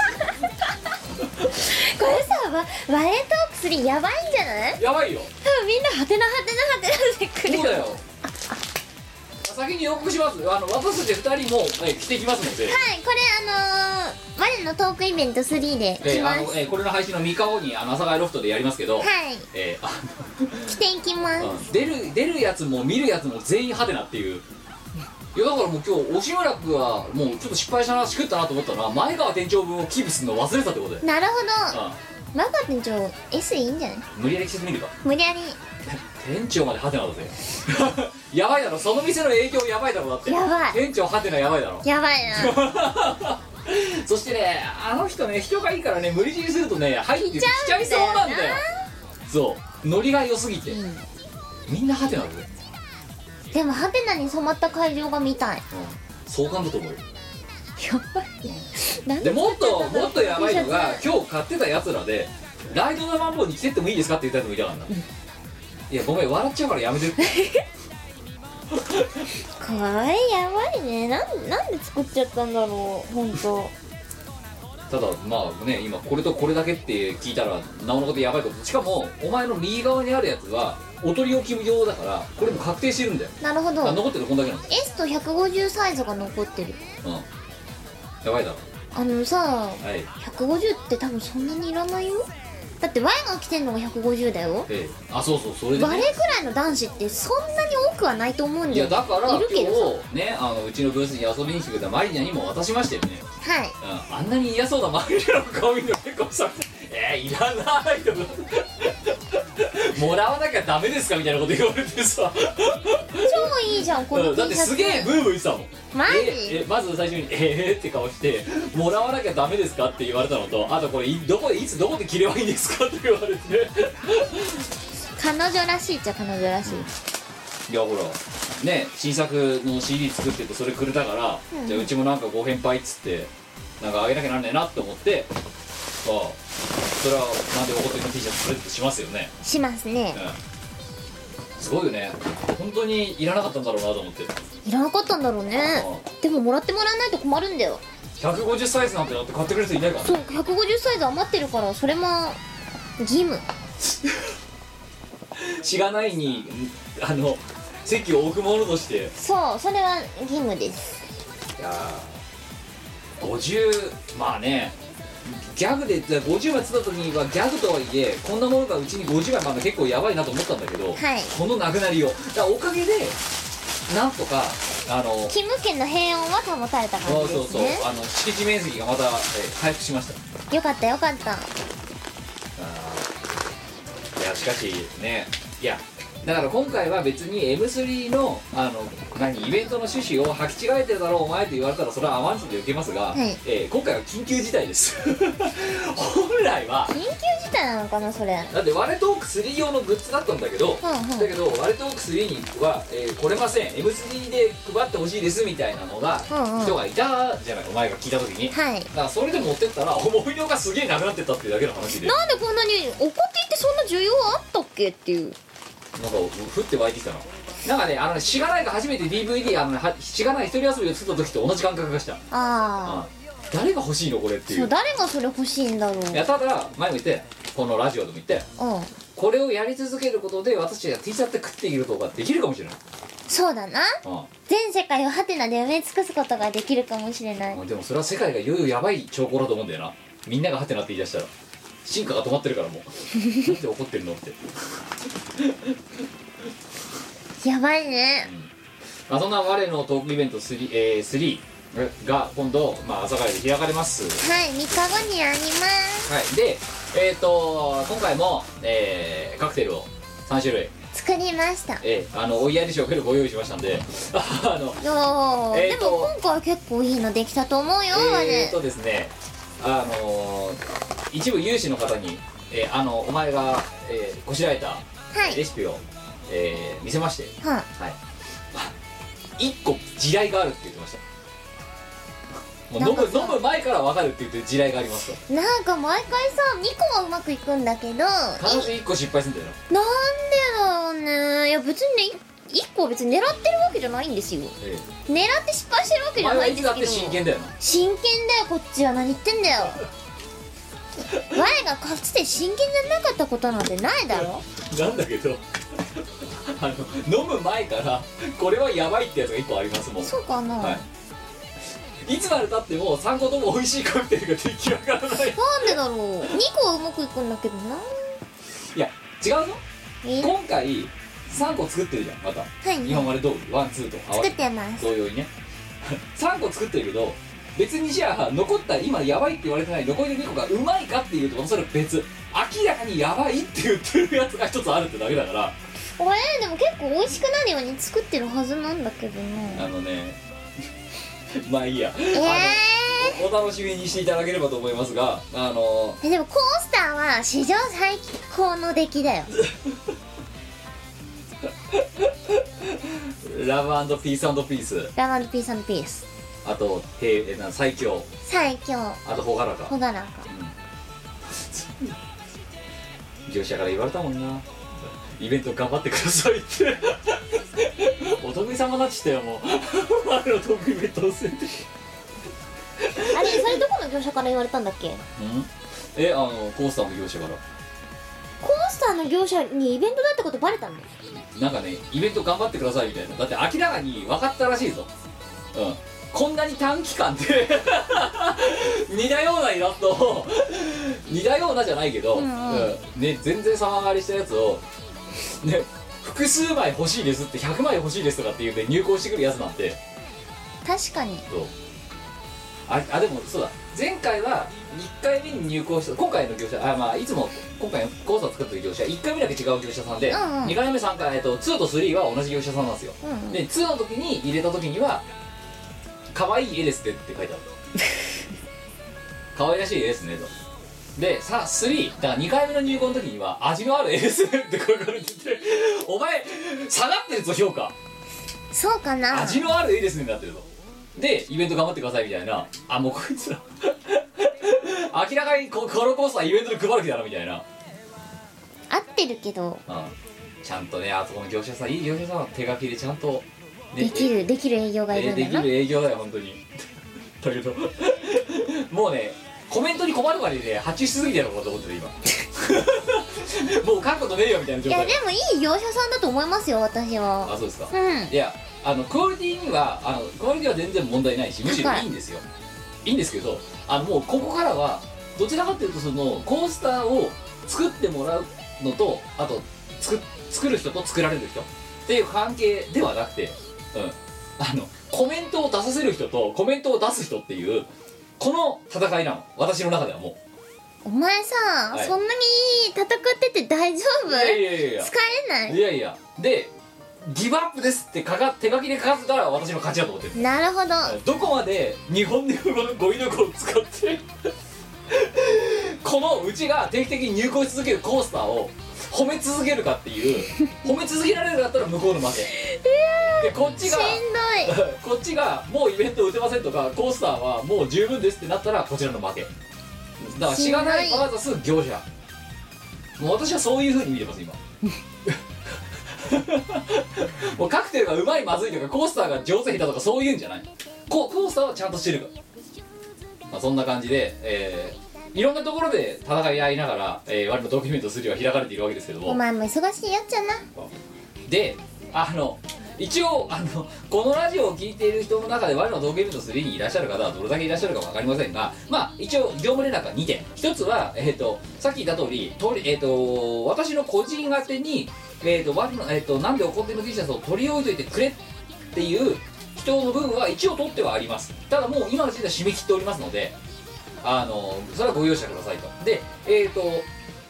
S2: よ
S3: これさわワレトークスリーやばいんじゃない
S2: やばいよ
S3: 多分みんなハテナハテナハテナってくる
S2: そうだよ先に予告しますあの私たち2人も、え来てきますので
S3: はいこれあのー、我のトークイベント3で
S2: え
S3: 来
S2: ー
S3: ま
S2: あの
S3: す、
S2: えーこれの配信の3日後にあの阿佐ヶ谷ロフトでやりますけど、
S3: はい
S2: えーあ
S3: 来ていきます、
S2: の 出る出るやつも見るやつも全員ハテナっていういやだからもう今日押村君はもうちょっと失敗したなしくったなと思ったのは前川店長分をキープするの忘れたってことで、う
S3: なるほど
S2: ん、
S3: マカ店長 S いいんじゃない
S2: 無理やり着せてみるか
S3: 無理やり
S2: 店長までハテナだぜ やばいだろその店の影響やばいだろだって
S3: やばい
S2: 店長ハテナやばいだろ
S3: やばい な
S2: そしてねあの人ね人がいいからね無理強いするとね入ってき
S3: 来ち
S2: ち
S3: ゃ
S2: ゃ
S3: う
S2: い
S3: んだ
S2: そう
S3: よな
S2: なんだよそうノリが良すぎて、
S3: うん
S2: みんなハテナだぜ
S3: でもハテナに染まった会場が見たい
S2: 相関だと思うよ
S3: やばいなん
S2: でもっと
S3: 使ちゃったんだろう
S2: もっとやばいのが
S3: T シャ
S2: 今日買ってたやつらで「ライドのマンボウに来てってもいいですか?」って言ったやつもいたからな、いやごめん笑っちゃうからやめ て
S3: ツこれやばいねなんなんで作っちゃったんだろう本当。
S2: ただまあね今これとこれだけって聞いたらなおのことやばいことしかもお前の右側にあるやつはお取り置き用だからこれも確定してるんだよ
S3: なるほ
S2: だから
S3: ど
S2: 残ってるのこんだけなんだよ、
S3: S と150サイズが残ってる
S2: うん、やばいだろ
S3: あのさ
S2: はい
S3: 150って多分そんなにいらないよだって Y が着てんのが150だよ
S2: ええあそうそうそれで、
S3: バレー
S2: ね、
S3: くらいの男子ってそんなに多くはないと思うん
S2: い
S3: だよ
S2: やだから
S3: いるけど
S2: 今日ねあのうちのブースに遊びに来てくれたマリニャにも渡しましたよね
S3: さはい
S2: うんあんなに嫌そうなマリアの顔見るの結構さ「えー、いらない」とか「もらわなきゃダメですか?」みたいなこと言われてさ
S3: 超いいじゃんこ
S2: う
S3: の
S2: んだっ
S3: T
S2: て
S3: シャツ
S2: すげえブーブー言ってたもん
S3: マジ
S2: ええまず最初に「えー」って顔して「もらわなきゃダメですか?」って言われたのとあとこれいどこでいつどこで着ればいいんですかって言われて
S3: 彼女らしいっちゃ彼女らしい
S2: いやほらね新作の CD 作っててそれくれたから、
S3: うん
S2: じゃあうちもなんかご返杯っつってなんかあげなきゃなんねえなって思ってああそれはなんでおことりの T シャツプレゼントしますよね、
S3: しますね
S2: うん、すごいよね本当にいらなかったんだろうなと思って
S3: いらなかったんだろうねでももらってもらわないと困るんだよ
S2: 150サイズなんてだって買ってくれる人いないから
S3: そう150サイズ余ってるからそれも義務
S2: 知らないにあの席を置くものとして
S3: そうそれは義務です
S2: いやー50まあねギャグでじゃあ50枚つった時にはギャグとはいえこんなものがうちに50枚まだ結構やばいなと思ったんだけど、
S3: はい
S2: このなくなりよだからおかげでなんとかあの
S3: キム県の平穏は保たれた
S2: そ
S3: 感
S2: う
S3: じ
S2: そ
S3: で
S2: う
S3: す
S2: そう
S3: ね
S2: あの敷地面積がまた、えー回復しました
S3: よかったよかった
S2: あーいやしかしねいやだから今回は別に M3 のあの何イベントの趣旨を履き違えてるだろうお前と言われたらそれは甘んじて受けますが、
S3: はい
S2: えー今回は緊急事態です 本来は
S3: 緊急事態なのかなそれ
S2: だってワレトーク3用のグッズだったんだけど、
S3: うんうん
S2: だけどワレトーク3には、えー来れません M3 で配ってほしいですみたいなのが、
S3: うんうん
S2: 人がいたじゃないお前が聞いた時に、
S3: はい
S2: だからそれで持ってったら思いのがすげえなくなってったっていうだけの話で
S3: なんでこんなに怒っていってそんな需要あったっけっていう
S2: なんか降って湧いてきたななんかねあのねしがないが初めて DVD あのねはしがない一人遊びを作った時と同じ感覚がした、
S3: ああ
S2: うん誰が欲しいのこれってい
S3: そうう誰がそれ欲しいんだろう
S2: いやただ前も言ってこのラジオでも言って
S3: うん
S2: これをやり続けることで私たちが T シャツで食っていけるとかできるかもしれない、
S3: そうだな
S2: う
S3: 全世界をハテナで埋め尽くすことができるかもしれない
S2: ん、でもそれは世界がいよいよやばい兆候だと思うんだよなみんながハテナって言い出したら進化が止まってるからもう なんで怒ってるのって
S3: やばいね
S2: まあ、そんな我のトークイベント 3,、えー3が今度、まあ、朝会で開かれます
S3: はい3日後にやります
S2: はい、で、えー、と今回も、えーカクテルを3種類、
S3: 作りました
S2: えーあのおいやりしをけるご用意しましたんで あの
S3: よー、
S2: えー
S3: で
S2: と
S3: も今回結構いいのできたと思うよ、あ
S2: えー
S3: れ
S2: とですねあのー一部有志の方に、えーあのお前が、えーこしらえた
S3: は
S2: レ
S3: い
S2: シピを、えー見せまして、
S3: は
S2: はい、1個地雷があるって言ってましたもう飲む飲む前から分かるって言って地雷がありますと
S3: いなんか毎回さ2個はうまくいくんだけどいなんで
S2: 必ず1個失敗するんだよな
S3: だろうねいや別にねい1個は別に狙ってるわけじゃないんですよ
S2: え
S3: 狙って失敗してるわけ
S2: え
S3: じ
S2: お
S3: ゃ
S2: 前
S3: な
S2: はいい
S3: んです
S2: つだっ
S3: けど
S2: て真剣だよな
S3: 真剣だよこっちは何言ってんだ よ我がかつて真剣じゃなかったことなんてないだろ
S2: なんだけどあの飲む前からこれはやばいってやつが1個ありますもん
S3: そうかな、
S2: はいいつまでたっても3個とも美味しいカクテルが出来上がらない
S3: なんでだろう2個はうまくいくんだけどない
S2: や違うぞ
S3: えは
S2: 今回3個作ってるじゃんまた
S3: い
S2: 今まで通りワンツーと合わ
S3: 作
S2: せ
S3: っててます
S2: 同様にね3個作ってるけど別にじゃあ残った今やばいって言われてない残りの2個がうまいかっていうとそれは別明らかにやばいって言ってるやつが1つあるってだけだから
S3: 俺でも結構美味しくなるように作ってるはずなんだけど
S2: あ
S3: な
S2: のね まあいいや、
S3: え
S2: あのおお楽しみにしていただければと思いますがあの
S3: えでもコースターは史上最高の出来だよ
S2: ラブピースピース
S3: ラマンドピースピース
S2: あと平えな最強
S3: 最強
S2: あと朗らか
S3: ほがらか
S2: 業者から言われたもんなイベント頑張ってくださいって お得意様になっちゃった よもうあの得意イベントをせて
S3: あれそれどこの業者から言われたんだっけ
S2: えあのコースターの業者から
S3: コースターの業者にイベントだってことバレたの
S2: なんかねイベント頑張ってくださいみたいなだって明らかに分かったらしいぞうんこんなに短期間で 似たようなイラストを似たようなじゃないけど、
S3: うんうん
S2: ね、全然様変わりしたやつを、ね、複数枚欲しいですって100枚欲しいですとかって言って入稿してくるやつなんて
S3: 確かに
S2: そうああでもそうだ前回は1回目に入校した今回の業者あまあいつも今回のコースを作ってる業者1回目だけ違う業者さんで、
S3: うんうん
S2: 2回目3回、えっと、2と3は同じ業者さんなんですよ、
S3: うんうん
S2: で2の時に入れた時には「可愛い絵ですね」って書いてある可愛らしい絵ですねとでさあ3だから2回目の入校の時には「味のある絵ですね」って書かれててお前下がってるぞ評価
S3: そうかな
S2: 味のある絵ですねになってるとでイベント頑張ってくださいみたいなあもうこいつら 明らかにここのコースはイベントで配る気だなみたいな、
S3: 合ってるけど
S2: うん、ちゃんとねあそこの業者さんいい業者さんは手書きでちゃんと、ね、
S3: できるできる営業がい
S2: え
S3: る
S2: で
S3: ん
S2: き
S3: だ
S2: る
S3: な
S2: 営業だよ本当に だけど もうねコメントに困るまでで発注しすぎてるのかと思ってる今もう書くことねえよみたいな状
S3: いや
S2: 態
S3: でもいい業者さんだと思いますよ私
S2: あ
S3: は
S2: そうですか
S3: うん
S2: いやあのクオリティにはあのクオリティは全然問題ないしむしろ
S3: 高い
S2: いいんですよいいんですけどあのもうここからはどちらかというとそのコースターを作ってもらうのとあと作作る人と作られる人っていう関係ではなくて、うん、あのコメントを出させる人とコメントを出す人っていうこの戦いなの私の中ではも
S3: お前さ、
S2: はい
S3: そんなに戦ってて大丈夫
S2: ういやいやいやいや
S3: 使えない
S2: いやいやでギブアップですってかか手書きで書かせたら私の勝ちだと思ってる
S3: なるほど
S2: どこまで日本で語彙力を使ってこのうちが定期的に入稿し続けるコースターを褒め続けるかっていう褒め続けられるかだったら向こうの負けでこっ
S3: し
S2: ち
S3: ん
S2: が
S3: どい
S2: こっちがもうイベント打てませんとかコースターはもう十分ですってなったらこちらの負けだからしがな
S3: し
S2: い
S3: んどい
S2: バーザス業者もう私はそういうふうに見てます今もうカクテルがうまいまずいとかコースターが上手下手とかそういうんじゃないココースターはちゃんとしてるから、まあ、そんな感じで、えーいろんなところで戦い合いながら、えー、我のドキュメント3は開かれているわけですけども
S3: お前も忙しいやっちゃな
S2: であの一応あのこのラジオを聞いている人の中で我の同ゲームと3にいらっしゃる方はどれだけいらっしゃるか分かりませんがまあ一応業務連絡は2点一つは、えー、とさっき言った通りとり、えー、と私の個人宛てに、えーと我のえー、となんで怒ってるの T シャツを取り置いといてくれっていう人の部分は一応取ってはありますただもう今の時点では締め切っておりますのであのそれはご容赦くださいとでえっ、と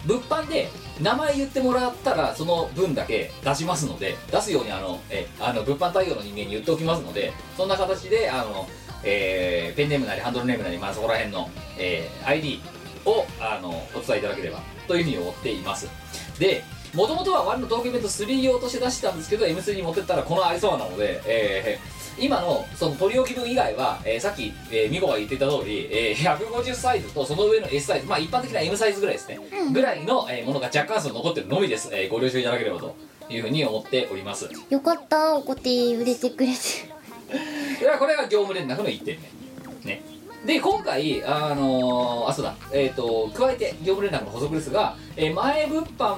S2: 物販で名前言ってもらったらその分だけ出しますので出すようにあのえあの物販対応の人間に言っておきますのでそんな形であの、えーペンネームなりハンドルネームなり、まあ、そこら辺の、えー ID をあのお伝えいただければというふうに思っていますでもともとはワンのトークイベント3用として出してたんですけど M3 に持ってったらこのありそうなので、えー今のその取り置き分以外は、えーさっき、えー、ミコが言っていた通り、えー150サイズとその上の S サイズまあ一般的な M サイズぐらいですね、ぐらいの、えーものが若干数残ってるのみです、えーご了承いただければというふうに思っておりますで
S3: よかったおこて売れてくれて
S2: はこれが業務連絡の1点目ねで今回あのーあそうだえっ、と加えて業務連絡の補足ですが、えー前物販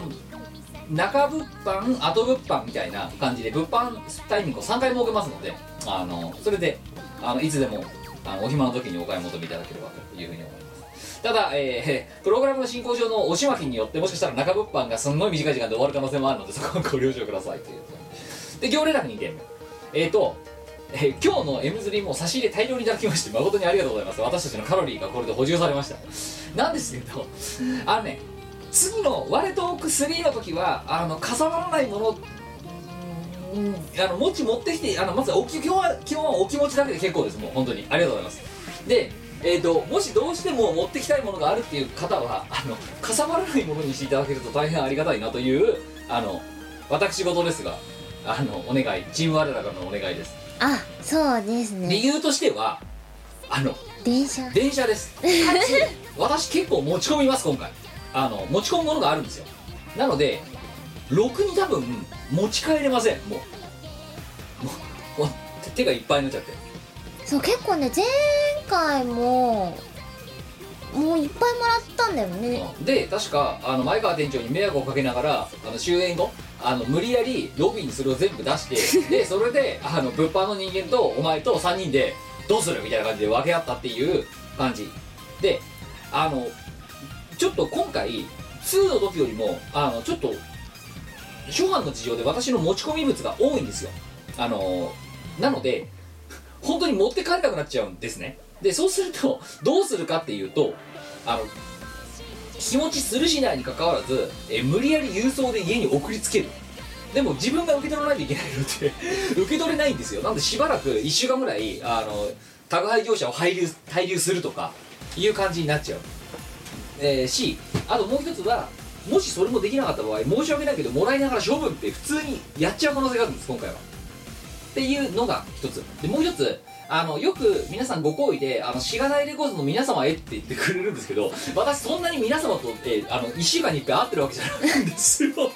S2: 中物販後物販みたいな感じで物販タイミングを3回設けますのであのそれであのいつでもあのお暇の時にお買い求めいただければというふうに思いますただ、えープ ログラムの進行上のおしまきによってもしかしたら中物販がすんごい短い時間で終わる可能性もあるのでそこはご了承くださいというで行列楽に件目えっ、と、えー今日の M3 も差し入れ大量にいただきまして誠にありがとうございます私たちのカロリーがこれで補充されましたなんですけどあのね次の「ワレトーク3」の時はあのかさばらないものうんあの持ち持ってきてあのまずおき基本は基本はお気持ちだけで結構ですもう本当にありがとうございますでえー、ともしどうしても持ってきたいものがあるっていう方はあのかさばらないものにしていただけると大変ありがたいなというあの私事ですがあのお願いチーム我らがのお願いです
S3: あそうです
S2: 理
S3: ね
S2: 由としてはあの
S3: 電車
S2: 電車ですかつ私結構持ち込みます今回あの持ち込むものがあるんですよなのでろくに多分持ち帰れませんもうもうもう手手がいっぱいになっちゃって
S3: そう結構ね前回ももういっぱいもらったんだよね
S2: で確かあの前川店長に迷惑をかけながらあの終演後あの無理やりロビーにそれを全部出してでそれであの物販の人間とお前と3人でどうするみたいな感じで分け合ったっていう感じであのちょっと今回2の時よりもあのちょっと初版の事情で私の持ち込み物が多いんですよあのなので本当に持って帰れなくなっちゃうんですねでそうするとどうするかっていうとあの日持ちするしないにかかわらず、えー無理やり郵送で家に送りつけるでも自分が受け取らないといけないので 受け取れないんですよなんでしばらく1週間ぐらいあの宅配業者を配流滞留するとかいう感じになっちゃう、えーしあともう一つはもしそれもできなかった場合申し訳ないけどもらいながら処分って普通にやっちゃう可能性があるんです今回はっていうのが一つでもう一つあのよく皆さんご好意で「あのしがないレコーズの皆様へ」って言ってくれるんです けど私そんなに皆様と、えーあの1週間に1回会ってるわけじゃないんですよ
S3: 基本2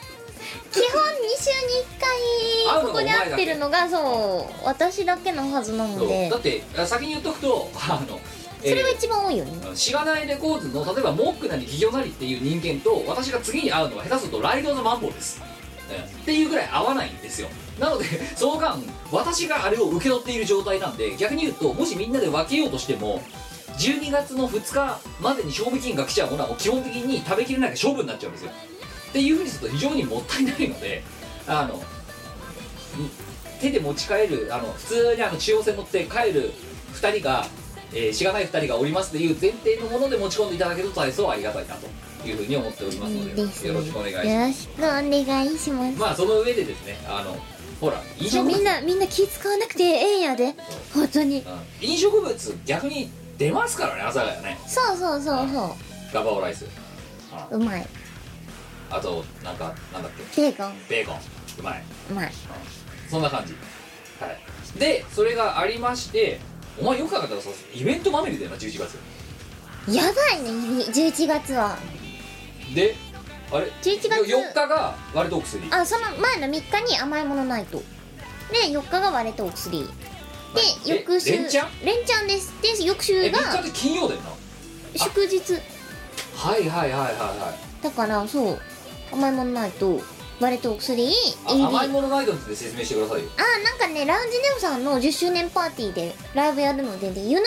S3: 週に1
S2: 会
S3: 回
S2: うの
S3: ここ
S2: が
S3: で会ってるのがそう私だけのはずなの
S2: そう
S3: で
S2: だってあ先に言っとくとあの
S3: それは一番多いよね、
S2: あのしがないレコーズの例えばモックなり企業なりっていう人間と私が次に会うのは下手するとライドのマンボウです、ねっていうぐらい合わないんですよなので その間私があれを受け取っている状態なんで逆に言うともしみんなで分けようとしても12月の2日までに賞味期限が来ちゃうものはもう基本的に食べきれないから勝負になっちゃうんですよっていうふうにすると非常にもったいないのであのん手で持ち帰るあの普通にあの中央線乗って帰る2人がえー、しがない2人がおりますという前提のもので持ち込んでいただけると大層ありがたいなというふうに思っておりますので
S3: いいですね
S2: よろしくお願いし
S3: よ
S2: ま
S3: ろしくお願いします
S2: すまあその上でですねあのほら飲食
S3: み
S2: 物
S3: んなみんな気使わなくてええんやで本当に
S2: うん飲食物逆に出ますからね朝がね
S3: そうそうそうそ
S2: ガバオライス
S3: ううまい
S2: あとなんかなんだっけ
S3: ベーコン
S2: ベーコンうまいう
S3: まい
S2: そんな感じはいでそれがありましてお前よく考えたらさイベントまみれだよな11月
S3: やばいね11月は
S2: であれ
S3: 11月
S2: 4日が割とお薬
S3: あその前の3日に甘いものないとで4日が割れとお薬で
S2: え
S3: 翌週
S2: 連チャン
S3: 連チャンですで翌
S2: え
S3: 週
S2: 3日っ
S3: が
S2: て金曜だよな
S3: 祝日
S2: はいはいはいはいはい
S3: だからそう甘いものないと割れとお薬 AB
S2: あ甘いものガイドについて説明してくださいよ
S3: あーなんかねラウンジネオさんの10周年パーティーでライブやるのででゆのみ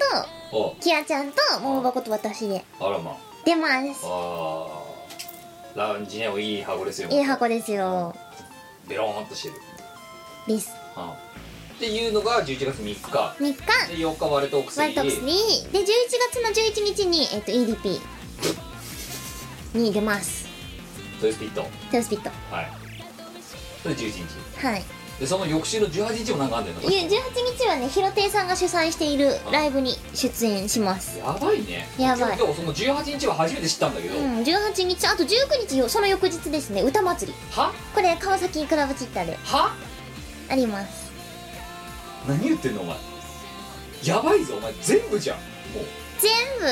S3: さんと
S2: あ
S3: キアちゃんと桃箱と私で
S2: あらま
S3: 出ます
S2: あーラウンジネオいい箱ですよ
S3: いい箱ですよ
S2: ベローンとしてる、
S3: です
S2: はあっていうのが11月3日
S3: 3日
S2: で4日割れとお
S3: ワ
S2: 薬
S3: イトックスにで11月の11日に、えっと EDP に出ます
S2: トヨスピット
S3: テオスピット
S2: はいそれ11日
S3: はい
S2: でその翌週の18日もなんかあんだよな
S3: ゆ18日はねひろていさんが主催しているライブに出演します
S2: やばいね
S3: やばい
S2: 今日その18日は初めて知ったんだけ
S3: う
S2: ど、
S3: ん18日あと19日よその翌日ですね歌祭り
S2: は
S3: これ川崎クラブチッターで
S2: は
S3: あります
S2: 何言ってんのお前やばいぞお前全部じゃんもう
S3: 全部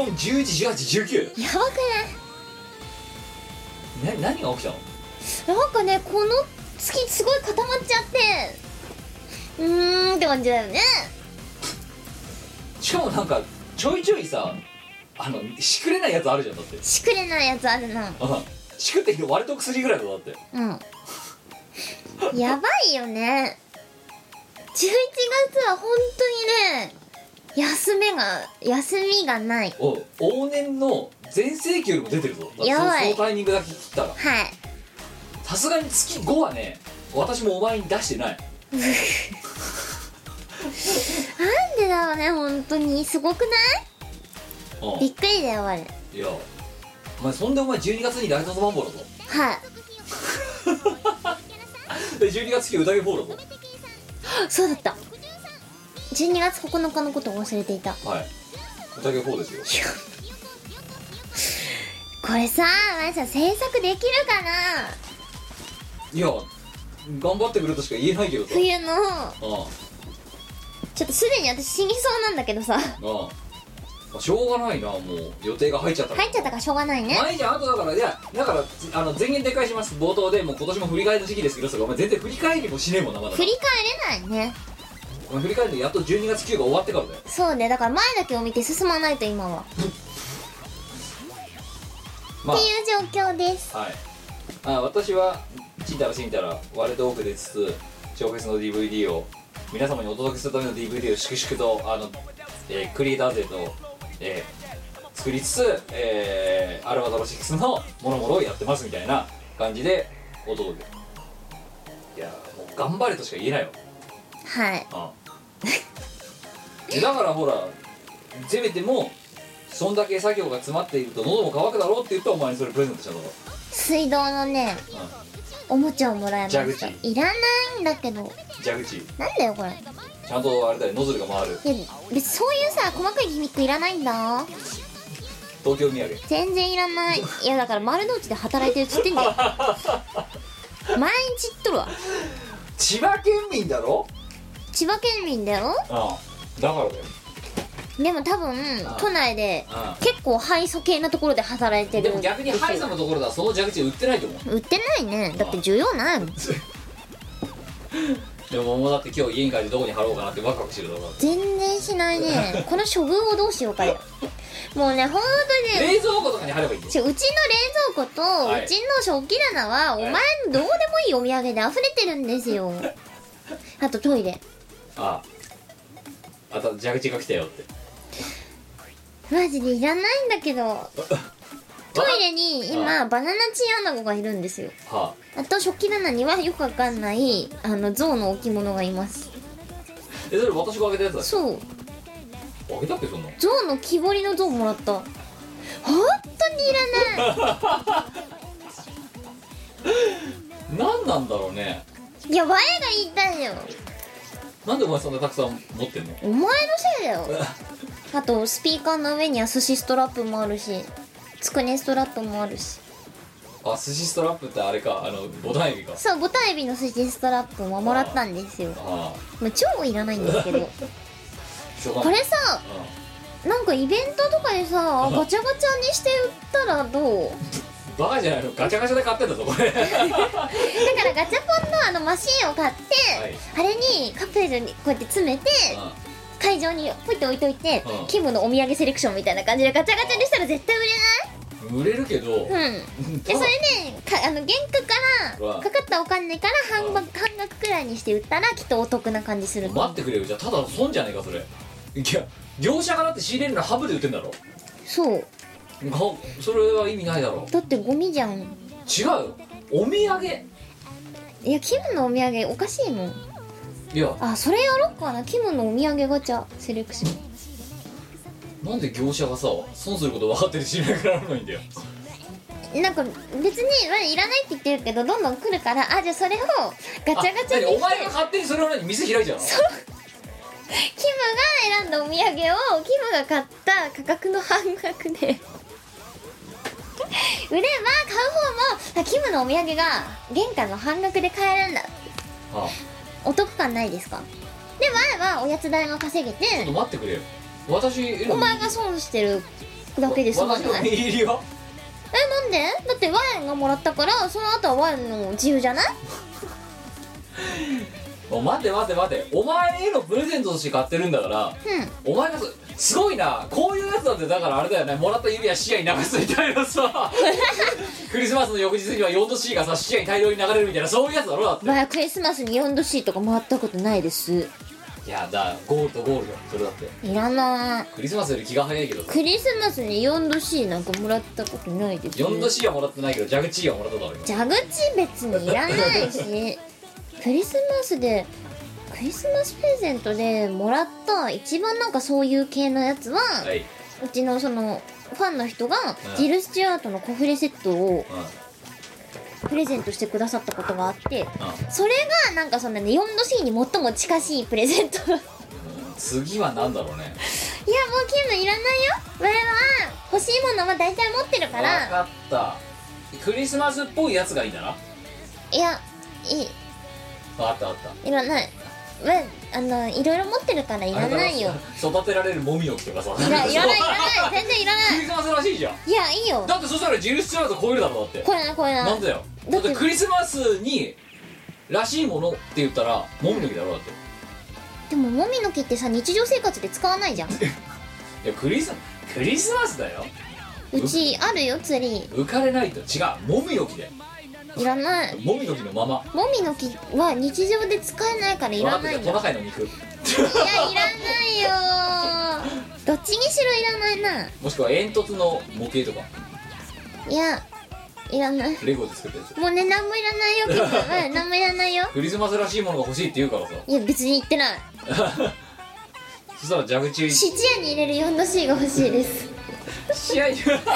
S3: やば
S2: 34111819
S3: くない
S2: な何が起きたの
S3: なんかねこの月すごい固まっちゃってうーんって感じだよね
S2: しかもなんかちょいちょいさあのしくれないやつあるじゃんだって
S3: しくれないやつあるな
S2: うんしくって人割と薬ぐらいだぞだって
S3: うんやばいよね11月は本当にね休めが休みがない
S2: おう往年の全盛期よりも出てるぞだって
S3: やばい
S2: そのそのタイミングだけ切ったら
S3: はい
S2: さすがに月5はね私もお前に出してない
S3: なんでだろうね本当にすごくな
S2: う
S3: いびっくりだよあれ
S2: んいやお前そんでお前12月にライトズマンボウだぞ
S3: はい
S2: で12月期宴フォーだぞ
S3: そうだった12月9日のことを忘れていた
S2: はい宴フォーですよ
S3: これさまやさん制作できるかない
S2: や頑張ってくれとしか言えないけどさ
S3: 冬の
S2: うん
S3: ちょっとすでに私死にそうなんだけどさ
S2: ああしょうがないなもう予定が入っちゃった
S3: 入っちゃったからしょうがないね
S2: 前じゃんあとだからいやだからつあの前言撤回します冒頭でもう今年も振り返りの時期ですけどそれお前全然振り返りもしねえもんなまだ
S3: 振り返れないね
S2: お前振り返りのやっと12月9が終わってからだよ
S3: そうねだから前だけを見て進まないと今は、
S2: ま
S3: っていう状況です
S2: あはいあ私はちんたらしんたら割と多く出つつ小フェスの DVD を皆様にお届けするための DVD を粛々とあの、えークリエイター勢と、えー作りつつ、えー、アルバトロシックスのもろもろをやってますみたいな感じでお届けいやーもう頑張れとしか言えないわ
S3: はい
S2: うんだからほらせめてもそんだけ作業が詰まっていると喉も渇くだろうって言ったらお前にそれプレゼントしたんだろ
S3: 水道のねおもちゃをもらいました
S2: 蛇
S3: いらないんだけど
S2: 蛇口
S3: なんだよこれい
S2: ちゃんとあれだよノズルが回る
S3: や別にそういうさ細かいギミックいらないんだ
S2: 東京土産
S3: 全然いらないいやだから丸の内で働いてるっつってんだよ 毎日言っとるわ
S2: 千葉県民だろ
S3: 千葉県民だよ
S2: ああだからだよ
S3: でも多分
S2: あ
S3: 都内で
S2: あ
S3: 結構敗訴系なところで働いてる
S2: でも逆にハイさんのところではその蛇口売ってないと思う
S3: 売ってないねだって需要ないもん
S2: でももうだって今日家に帰ってどこに貼ろうかなってワクワクしてると思う
S3: 全然しない ねこの処遇をどうしようかよもうねほんとにね
S2: 冷蔵庫とかに貼ればいいんです
S3: ちょうちの冷蔵庫と、
S2: はいう
S3: ちの食器棚は、
S2: い
S3: お前のどうでもいいお土産で溢れてるんです よあとトイレ
S2: あああと蛇口が来たよって
S3: マジでいらないんだけどトイレに
S2: は
S3: 今バナナチンアナゴがいるんですよ
S2: は
S3: あと食器棚にはよくわかんないあの象の置物がいます
S2: あえそれ私があげたやつだっ
S3: そう
S2: けあげたっけそんなの
S3: 象の木彫りの象もらった本当にいら ない
S2: 何なんだろうね
S3: いや我が言いたいよ
S2: なんでお前そんなたくさん持ってんの
S3: お前のせいだよあとスピーカーの上には寿司ストラップもあるしつくねストラップもあるし
S2: あ寿司ストラップってあれかあのボタン指か
S3: そうボタンエビの寿司ストラップももらったんですよ
S2: あ
S3: もう超いらないんですけど
S2: あしょうが
S3: こ
S2: ない
S3: れさ
S2: うん
S3: なんかイベントとかでさガチャガチャにして売ったらどう
S2: バカじゃないのガチャガチャで買ってんだぞこれ
S3: だからガチャポンのあのマシンを買って、
S2: はい
S3: あれにカプセルにこうやって詰めて、
S2: う
S3: 会場にポイって置いといて、
S2: うん
S3: キムのお土産セレクションみたいな感じでガチャガチャにしたら絶対売
S2: ん売れるけど、
S3: れないうんで
S2: ただ
S3: それねかあの原価か
S2: う
S3: ら
S2: ん
S3: かかったお金から半額半額くらいにして売ったらきっとお得な感じする
S2: 待ってくれよじゃあただの損じゃねえかそれいや業者からって仕入れるのはハブで売ってんだろ
S3: そう
S2: がそれは意味ないだろ
S3: だってゴミじゃん
S2: 違うよお土産い
S3: いやキムのお土産おかしいもん
S2: や
S3: あそれやろっかなキムのお土産ガチャセレクション
S2: なんで業者がさ損すること分かってるしなくなるのにんだよ
S3: なんか別にまあいらないって言ってるけどどんどん来るからあじゃあそれをガチャガチャ
S2: あ
S3: に
S2: 何お
S3: して
S2: 前が勝手にそれを何店開いちゃうの
S3: キムが選んだお土産をキムが買った価格の半額で 売れば買う方もあキムのお土産が原価の半額で買えるんだ
S2: あ
S3: お得感ないですかで前はおやつ代も稼げ
S2: ちょってと待ってくれよ私
S3: お前が損してるだけで済ま
S2: 私
S3: な
S2: のお
S3: い
S2: 気に入りは
S3: えなんでだってワインがもらったからその後はワインの自由じゃない
S2: お待て待て待てお前へのプレゼントとして買ってるんだから
S3: うん
S2: お前がすすごいなこういうやつだってだからあれだよねもらった指は視野に流すみたい なさクリスマスの翌日には 4°C がさ視野に大量に流れるみたいなそういうやつだろだって
S3: 前はクリスマスに 4°C とか回ったことないです
S2: いやだゴールとゴールよそれだって
S3: いらない
S2: クリスマスより気が早いけど
S3: クリスマスに 4°C なんかもらったことないです
S2: 4°C はもらってないけどジャグチーはもらっただろ今
S3: 蛇口別にいらないし クリスマスでクリスマスプレゼントでもらった一番なんかそういう系のやつは、
S2: はいう
S3: ちのそのファンの人がジル・スチュアートのコフレセットを
S2: うんうん
S3: プレゼントしてくださったことがあってそれがなんかそんなね 4°C に最も近しいプレゼント いやもう
S2: 次は何だろうね
S3: キムいらないよ前は欲しいものは大体持ってるか
S2: 分
S3: ら
S2: かったクリスマスっぽいやつがいいんだない
S3: やいい
S2: 分かった分かった
S3: いらないわあのいろいろ持ってるからいらないよ
S2: あれだろ育てられるもみの木とかさ
S3: いらいらないいらない
S2: そう
S3: 全然いらな
S2: クリスマスらしいじゃん
S3: いいやいいよ
S2: だってそしたらジルスチュアート超えるだろだって
S3: これなこれな
S2: なんだよ
S3: だ
S2: だ
S3: っ
S2: っててクリスマスにらしいものって言ったらもみの木だろだって
S3: でももみの木ってさ日常生活で使わないじゃん
S2: いやクリスクリスマスだよ
S3: うちあるよツリ
S2: 浮かれないと違うもみの木で
S3: ーいらない
S2: もみの木のまま
S3: もみの木は日常で使えないからいらないよい
S2: ト
S3: やい
S2: ナカイの肉
S3: らないよどっちにしろいらないな
S2: もしくは煙突の模型とか
S3: いやいらない
S2: レゴで作ったやつ
S3: もうね何もいらないよキムうん何もいらないよ
S2: クリスマスらしいものが欲しいって言うからさ
S3: いや別に言ってない
S2: そしたら蛇口
S3: 質屋に入れる 4°C が欲しいです
S2: 試合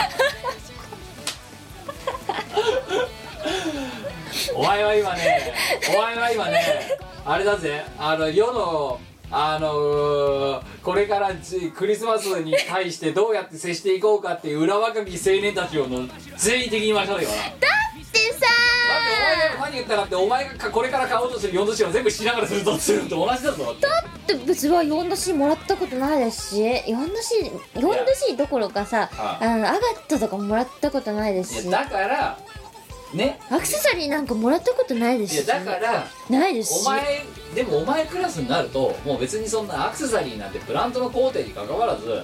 S2: お前は今ねお前は今ねあれだぜあの世のあのこれからじクリスマスに対してどうやって接していこうかっていう裏若き青年たちをの全員的に言いましょうよなだって
S3: でさ
S2: お前がファンに言ったらってお前がかこれから買おうとしてる4度を全部しながらするとするのと同じだぞだって
S3: だって別は 4°C もらったことないですし 4°C4°C どころかさ
S2: あ
S3: あのアガットとかもらったことないです
S2: い
S3: し
S2: やだからね
S3: アクセサリーなんかもらったことないで
S2: い
S3: す
S2: や
S3: し
S2: だから
S3: ないです
S2: お
S3: し
S2: 前でもお前クラスになるともう別にそんなアクセサリーなんてブランドの工程に関わらず、
S3: う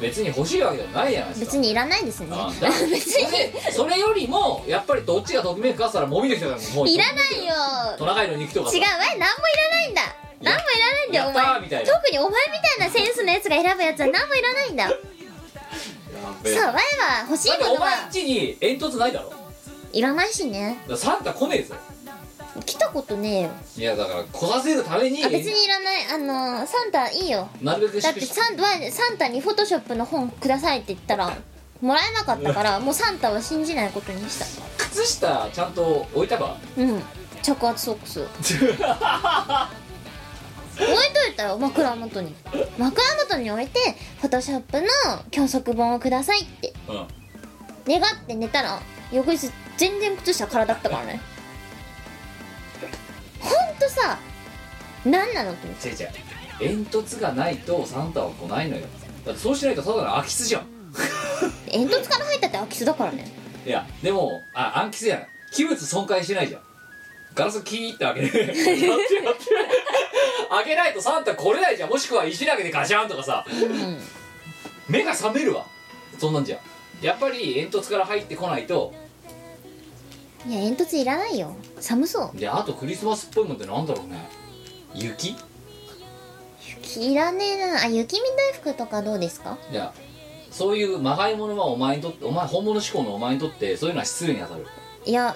S2: 別に欲しいわけでもないじゃないですか
S3: 別にいらないですね
S2: あだから
S3: 別
S2: それそれよりもやっぱりどっちがときめくかっつったらもみの人だもんもう
S3: にいらないよ
S2: トナカイの肉とかさ
S3: 違うわい何もいらないんだ何もいらないんだよ
S2: や
S3: お
S2: ったー
S3: 前
S2: みたいな
S3: 特にお前みたいなセンスのやつが選ぶやつは何もいらないんださ
S2: やっべ
S3: あわいは欲しい
S2: だっ
S3: も
S2: て
S3: の
S2: お前
S3: は
S2: んちに煙突ないだろだか
S3: いらないしね
S2: らサンタ来ねえぞ
S3: 来たことねえよ
S2: いやだから来させるために
S3: あ別にいらないあのーサンタいいよ
S2: なるべく
S3: だってサンタはサンタにフォトショップの本くださいって言ったらもらえなかったからもうサンタは信じないことにした
S2: 靴下ちゃんと置いた か
S3: うん着圧ソックス置いといたよ枕元に枕元に置いてフォトショップの教則本をくださいって
S2: うん
S3: 願って寝たら翌日全然靴下空だったからねほんとさ何なのって思っ
S2: 違う違う煙突がないとサンタは来ないのよだってそうしないとただの空き巣じゃん
S3: て煙突から入ったって空き巣だからね
S2: いやでもあ暗記せやな器物損壊してないじゃんガラスキーって開けてやってやって開けないとサンタ来れないじゃんもしくは石投げてガシャンとかさ
S3: うん
S2: 目が覚めるわそんなんじゃやっぱり煙突から入ってこないと
S3: いや煙突いらないよ寒そう
S2: であとクリスマスっぽいもんってなんだろうね雪い
S3: 雪いらねえなあ雪見大福とかどうですか
S2: やそういうまがいものはお前にとってお前本物志向のお前にとってそういうのは失礼に当たる
S3: いや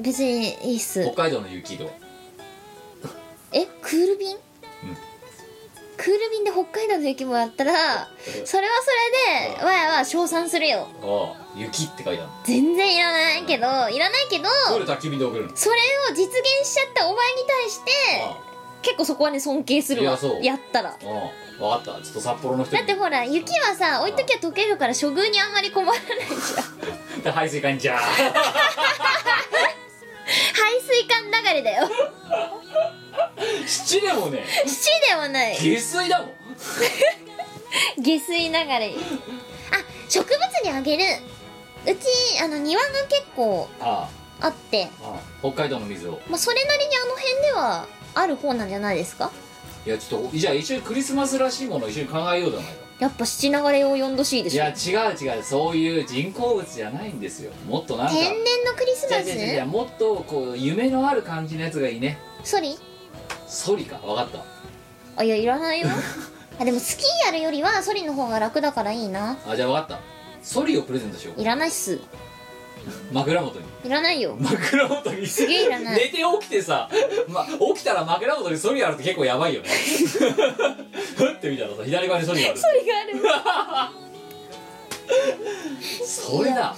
S3: 別にいいっす
S2: 北海道の雪とか
S3: えクール便、クール便で北海道の雪もらったらそれはそれでわやは称賛するよ
S2: ああ雪って書いてある
S3: 全然いらないけどいらないけど
S2: どれ焚き火で送るの
S3: それを実現しちゃったお前に対して
S2: あ
S3: 結構そこはね尊敬する
S2: い
S3: わ
S2: やそう
S3: やったら
S2: あああ分かったちょっと札幌の人
S3: だってほら雪はさ置いときゃ溶けるから処遇にあんまり 困らないじゃん
S2: で排水管じゃー
S3: 排水管流れだ よ
S2: 七でもね
S3: 死ではない
S2: 下水だもん
S3: 下水流れあ植物にあげるうちあの庭が結構
S2: あ
S3: あって、
S2: あああ北海道の水を
S3: まあ、それなりにあの辺ではある方なんじゃないですか
S2: いやちょっとじゃあ一緒にクリスマスらしいものを一緒に考えようじゃないか
S3: やっぱ七流れを呼んどしいで
S2: い
S3: し
S2: や
S3: ょ
S2: 違う違うそういう人工物じゃないんですよもっとなんか
S3: 天然のクリスマ
S2: 違う違う違う
S3: ス
S2: もっとこう夢のある感じのやつがいいね
S3: ソリ
S2: ソリか分かった
S3: あいやいらないよ あでもスキーやるよりはソリの方が楽だからいいな
S2: あじゃあ分かったソリをプレゼントしよ
S3: いらないっす
S2: う枕元に
S3: いらないよ
S2: 枕元にす
S3: げえいらない
S2: 寝て起きてさ、ま、起きたら枕元にソリあるって結構やばいよねふって見たらさ左側にソリがある
S3: ソリがある
S2: それだ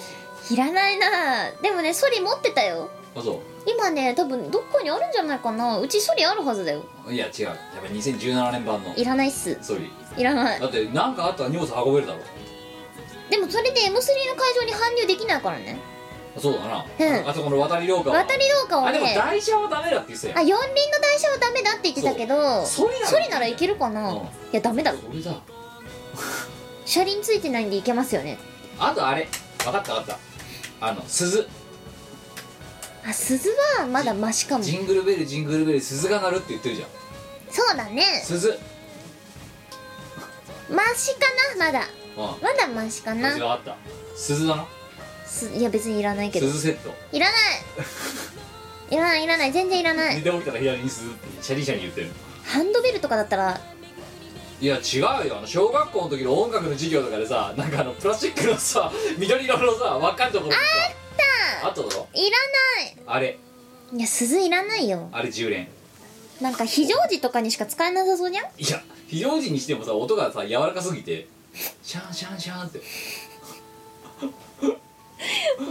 S3: いらないなでもねソリ持ってたよ
S2: あそ
S3: 今ね多分どっかにあるんじゃないかなうちソリあるはずだよ
S2: ういや違うやっぱ2017年版の
S3: いらないっす
S2: ソリ
S3: いらない
S2: だって何かあったら荷物運べるだろ
S3: でもそれで M3 の会場に搬入できないからね
S2: そうだな、
S3: うん
S2: あとこの渡り廊下は
S3: 渡り廊下
S2: あ
S3: は
S2: でも
S3: ね
S2: 台車はダメだって言って
S3: あ
S2: たよ
S3: 四輪の台車はダメだって言ってたけど
S2: そうソリなら
S3: ソリならいけるかな、
S2: うん
S3: いやダメだろ
S2: それだ
S3: 車輪ついてないんでいけますよね
S2: あとあれ分かった分かったあの鈴
S3: あ鈴はまだマシかも
S2: ジ
S3: そ
S2: ングルベルジングルベル鈴が鳴るって言ってるじゃ
S3: う
S2: ん
S3: だね
S2: 鈴うん
S3: マシかなまだ
S2: こ
S3: まだマシか
S2: っ
S3: な
S2: ちがあった鈴だな
S3: すいや別にいらないけど
S2: 鈴セット
S3: いらない いらないいらない全然いらな
S2: 寝
S3: い
S2: て起きたら左に鈴ってシャリシャリ言ってる
S3: ハンドベルとかだったら
S2: いや違うよあの小学校の時の音楽の授業とかでさなんかあのプラスチックのさ 緑色のさ輪っかのところにさあっただろ
S3: いらない
S2: あれ
S3: いや鈴いらないよ
S2: あれ10連
S3: なんか非常時とかにしか使えなさそうじゃん
S2: いや非常時にしてもさ音がさ柔らかすぎてシャンシャンシャンって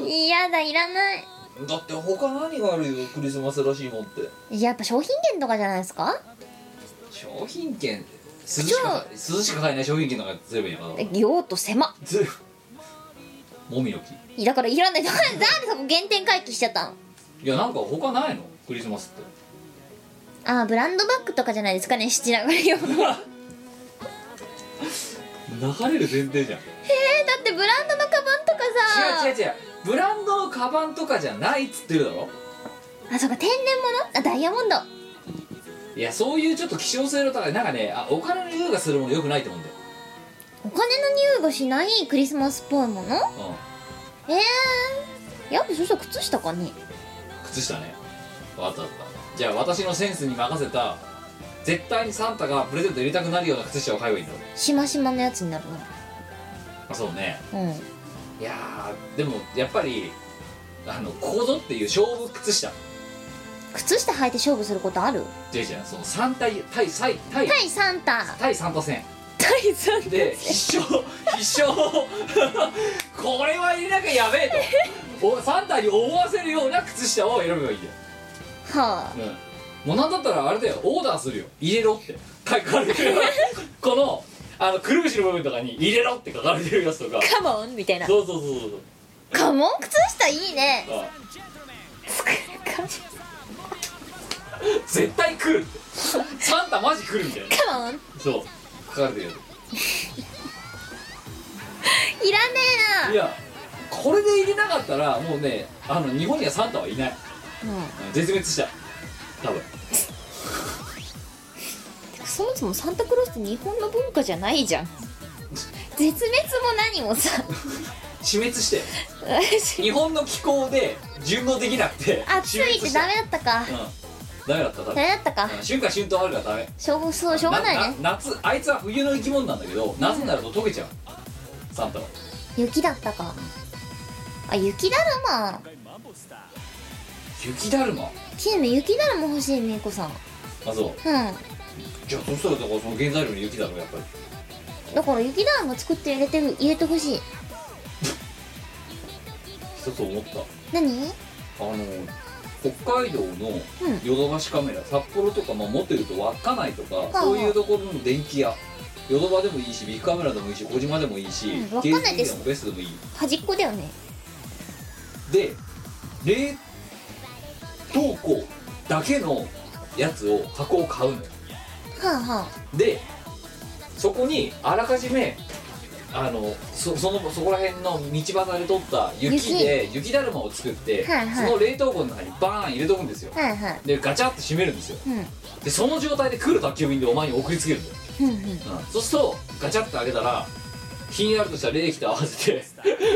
S3: 嫌だいらない
S2: だって他何があるよクリスマスらしいもんって
S3: やっぱ商品券とかじゃないですか
S2: 商品券鈴しか買え鈴しか買えない商品券なんかすればいいのかな
S3: え用途狭っ
S2: ずもみの木
S3: いやだからいらないだ からなんでそこ原点回帰しちゃったの
S2: いやなんか他ないのクリスマスって
S3: あーブランドバッグとかじゃないですかね七流れ用の えー、だ
S2: 流れる前提じゃん
S3: ってブランドのカバンとかさ
S2: 違う違う違うブランドのカバンとかじゃないっつってるだろ
S3: あそうか天然物あダイヤモンド
S2: いやそういうちょっと希少性の高いなんかねあお金の優雅するものよくないと思うんだよ、
S3: お金の匂いがしないクリスマスっぽいものえー、やっぱそしたら靴下かね
S2: うん、靴下ねわかったわかったじゃあ私のセンスに任せた絶対にサンタがプレゼント入れたくなるような靴下を買えばいいんだろ
S3: しましまのやつになる
S2: あそうね
S3: なうん
S2: いやーでもやっぱりあのここぞっていう勝負靴下
S3: 靴下履いて勝負することある
S2: じゃじゃその3対対対対
S3: 対サンタ
S2: 対サンタ戦
S3: 対サンタ
S2: で必勝必勝これは入れなきゃやべえとおサンタに思わせるような靴下を選べばいいんだよ、
S3: はあ
S2: うん、もうなんだったらあれだよオーダーするよ入れろって書かれてるこのあのくるぶしの部分とかに入れろって書かれてるやつとか
S3: カモンみたいな
S2: そうそうそうそうそう
S3: カモン靴下いいね
S2: あ絶対来るってサンタマジ来るみたいな
S3: カモン
S2: そう書かれてる
S3: い
S2: よ
S3: らね
S2: いやこれで入れなかったらもうねあの日本にはサンタはいない
S3: えなうん
S2: 絶滅した多分
S3: そもそもサンタクロースって日本の文化じゃないじゃん絶滅も何もさ
S2: 死滅して日本の気候で順応できなくて
S3: 暑いってダメだったか
S2: うんダメだった多
S3: ダ
S2: 分
S3: メだったか
S2: うん春夏春冬あるからダメ
S3: しょうそうしょうがないね
S2: な夏あいつは冬の生き物なんだけど夏になると溶けちゃうサンタは
S3: 雪だったかあ雪だるま
S2: 雪だるま
S3: 金の雪だるま欲しいめいこさん
S2: あそ
S3: う
S2: う
S3: ん
S2: じゃあそしたらだからその原材料に雪だろやっぱり
S3: だから雪だるま作って入れて入れてほしい
S2: 一つ思った
S3: 何
S2: あの北海道の
S3: うん
S2: ヨドバシカメラ、札幌とか、まあ、持ってると稚内とか
S3: あ
S2: そういうところの電気屋ヨドバでもいいしビッグカメラでもいいし小島でもいいし、
S3: うん稚内です
S2: KFC でもベストでもいい
S3: 端っこだよね
S2: で冷凍庫だけのやつを箱を買うのよ
S3: はあは
S2: でそこにあらかじめあのそそのそこら辺の道端で取った雪で雪だるまを作って、
S3: はいはい
S2: その冷凍庫の中にバーン入れとくんですよ
S3: あはいはい
S2: でガチャって閉めるんですよ
S3: うん
S2: でその状態で来る宅急便でお前に送りつけるんだよ、
S3: うんうん
S2: うん、そうするとガチャって開けたらひんやりとした冷気と合わせて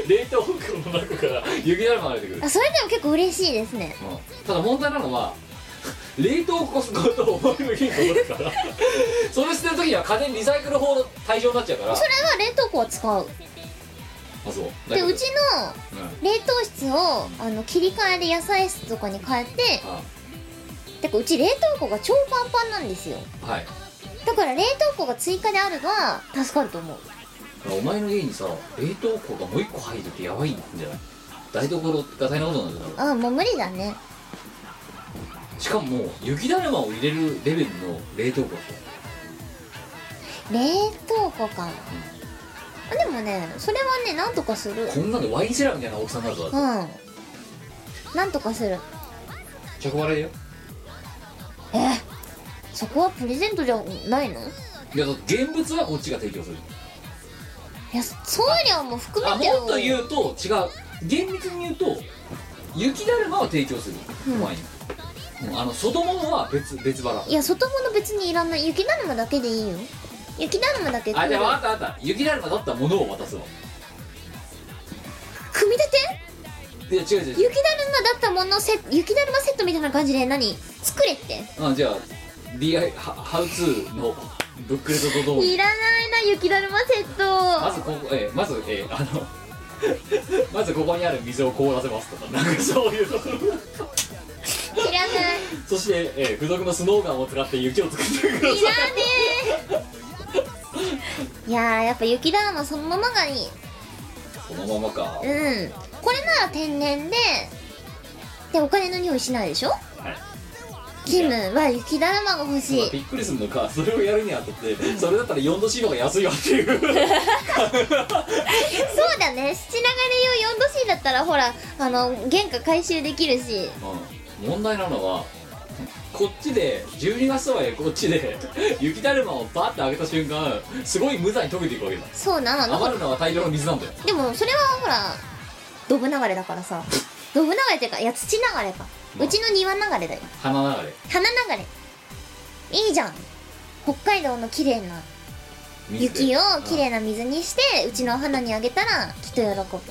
S2: 冷凍庫の中から雪だるまが出てくる、
S3: あそれでも結構嬉しいですね
S2: うん、ただ問題なのは 冷凍庫ごと思いのいいことだから それ捨てる時には家電リサイクル法の対象になっちゃうから
S3: それは冷凍庫は使う
S2: あそうだけ
S3: で
S2: ど
S3: うちの
S2: うん
S3: 冷凍室をあの切り替えで野菜室とかに変えて
S2: あ
S3: てかうち冷凍庫が超パンパンなんですよ
S2: はい
S3: だから冷凍庫が追加であれば助かると思う
S2: お前の家にさ冷凍庫がもう一個入るとやばいんじゃない台所が大変なことになるんだろ
S3: あもう無理だね
S2: しかももう雪だるまを入れるレベルの冷凍庫だと
S3: 冷凍庫かあでもねそれはねなんとかする
S2: こんなのワインセラーみたいな大きさになると
S3: う
S2: だっ
S3: んなんとかする
S2: て着払いだよ
S3: えそこはプレゼントじゃないの
S2: いやだって現物はこっちが提供する
S3: いや送料も含
S2: あ
S3: めて
S2: も
S3: よ
S2: っと言うと違う厳密に言うと雪だるまは提供する、
S3: うん
S2: ワインうんあの外物は別別腹
S3: いや外物別にいらない雪だるまだけでいいよ雪だるまだけ組
S2: あじ
S3: み
S2: ゃあ分かった分かった雪だるまだったものを渡すの
S3: 立て
S2: いや違う違う違う
S3: 雪だるまだったものセット雪だるまセットみたいな感じで何作れって
S2: あじゃあ DI ハハウツーのブックレットと同
S3: い
S2: に
S3: らないな雪だるまセッ
S2: まず
S3: ト
S2: ここえーまずえーあの まずここにある水を凍らせますとかなんかそういうところ
S3: いらない
S2: そして、えー付属のスノーガンを使って雪を作ってくだ
S3: いらね えいやーやっぱ雪だるまそのままがいい
S2: さいそのままかは
S3: う
S2: い
S3: んこれなら天然ででお金の匂いしないでしょキムは雪だるまが欲し
S2: び
S3: い
S2: っくりするの かそれをやるにあたってそれだったら 4°C の方が安いわっていう
S3: そうだね七流れ用 4°C だったらほらあの原価回収できるし
S2: うん問題なのはこっちで12月とはいえこっちで雪だるまをバーって上げた瞬間すごい無残に溶けていくわけだ
S3: そうなの
S2: 余るのは大量の水なんだよ
S3: でもそれはほらドブ流れだからさドブ流れっていうかいや土流れか、
S2: まあ
S3: うちの庭流れだよ
S2: 花流れ
S3: 花流れいいじゃん北海道の綺麗な
S2: 水で
S3: 雪を綺
S2: うん
S3: 麗な水にしてうちのお花にあげたらきっと喜ぶ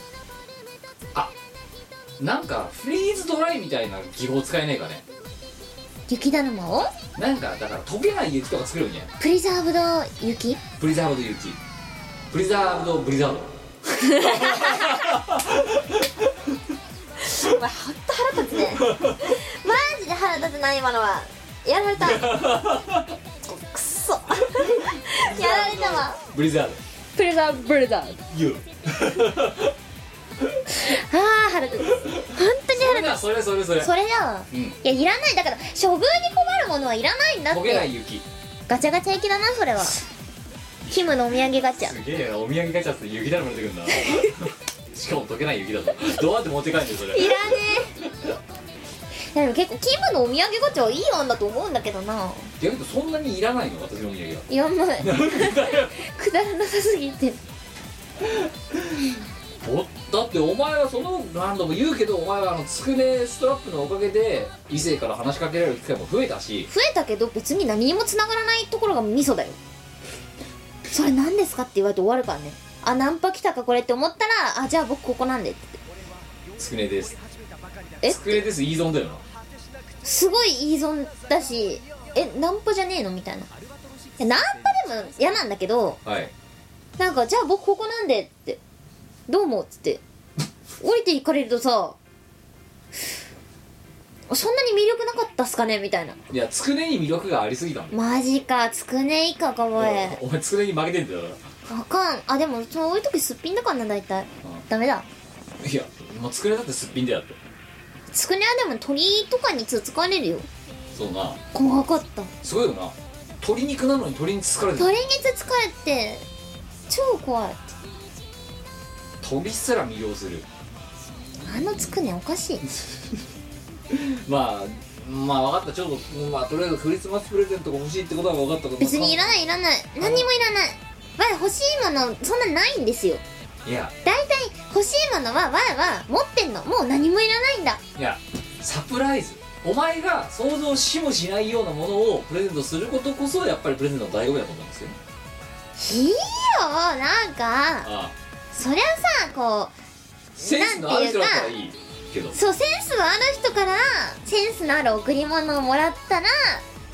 S2: なんかフリーズドライみたいな技法使えないかね
S3: 雪だるまを
S2: なんかだから溶けない雪とか作るんじゃない
S3: プリザーブド雪
S2: プリザーブド雪プリザーブドブリザード
S3: お前ほんと腹立つねマジで腹立つな今のはやられたくっそやられたわ
S2: ブリザー
S3: プリザーブルダー
S2: ドユー
S3: ああ腹立つ本当に
S2: そ
S3: 腹
S2: れ
S3: 立
S2: だそれそれそれ
S3: つそれだ
S2: うん
S3: いやいらないだから処遇に困るものはいらないんだっ
S2: 溶けない
S3: て
S2: 雪
S3: ガチャガチャ行きだなそれはキムのお土産ガチャ
S2: すげえなお土産ガチャって雪だるま出て くるんだしかも溶けない雪だぞどうやって持って帰るんだよそれ
S3: いらねえでも結構キムのお土産ガチャはいい案だと思うんだけどな
S2: 逆にそんなにいらないの私のお土産はい
S3: ら ないくだらなさすぎて
S2: おだってお前はその何度も言うけどお前はあのつくねストラップのおかげで異性から話しかけられる機会も増えたし
S3: 増えたけど別に何にも繋がらないところがミソだよそれ何ですかって言われて終わるからねあナンパ来たかこれって思ったらあじゃあ僕ここなんでって
S2: つくねです
S3: え
S2: つくねですいいぞんだよな
S3: すごい依存だしえナンパじゃねえのみたいないやナンパでも嫌なんだけど
S2: はい
S3: なんかじゃあ僕ここなんでってどうもっつって降りていかれるとさそんなに魅力なかったっすかねみたいない
S2: やつくねに魅力がありすぎたんだよ
S3: マジかつくね以下かおい
S2: お前つくねに負けてんだよだか
S3: わかんあでもそういう時すっぴんだからな大体
S2: う
S3: ダメだ
S2: らいやもうつくねだってすっぴんだよって
S3: つくねはでも鳥とかにつつかれるよ
S2: そうな
S3: 怖かった
S2: すごいよな鶏肉なのに鶏につつかれてる
S3: 鳥につつかれて超怖い
S2: 鶏すら魅了する
S3: あのつくねおかしい
S2: まあまあ分かったちょっとまあとりあえずクリスマスプレゼントが欲しいってことは分かったと思う
S3: 別にいらないいらない何にもいらないわい欲しいものそんなないんですよ
S2: いや
S3: 大体欲しいものはわいは持ってんのもう何もいらないんだ
S2: いやサプライズお前が想像しもしないようなものをプレゼントすることこそやっぱりプレゼントの醍醐味だと思うんですよ
S3: いいよなんか
S2: ああ
S3: そりゃさこ
S2: センスのある人だったらいいけど
S3: うそうセンスはある人からセンスのある贈り物をもらったら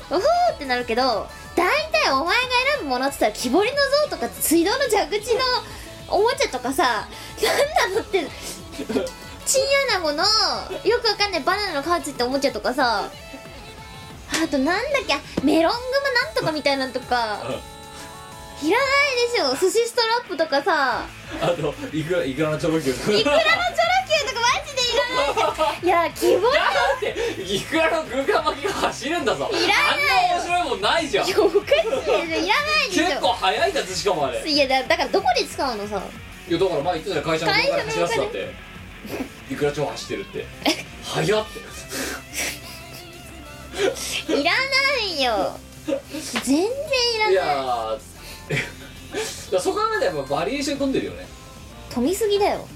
S3: おほーってなるけど大体お前が選ぶものって言ったら木彫りの像とか水道の蛇口のおもちゃとかさなんなのってチンアナゴのよくわかんないバナナの皮ついたおもちゃとかさあとなんだっけあメロングマなんとかみたいなのとかいらないでしょ寿司ストラップとかさ
S2: あといくらいくらのチョロキュ
S3: い
S2: ー
S3: くらのチョロ Q とかマジでいらないじゃんいや希望
S2: いくらの空間巻きが走るんだぞ
S3: いら
S2: あんな面白いもんないじゃん
S3: いやおかしいでしょいらないでし
S2: 結構早いんだぜしかもあれ
S3: ょいやだだからどこで使うのさ
S2: いやだから前言ってたよ会社の方から走らせたっ
S3: 会
S2: ていくら超走ってる って早っって
S3: いらないよ全然
S2: い
S3: いらない
S2: やーだからそう考えたらやっぱバリエーション飛んでるよね
S3: 飛びすぎだよ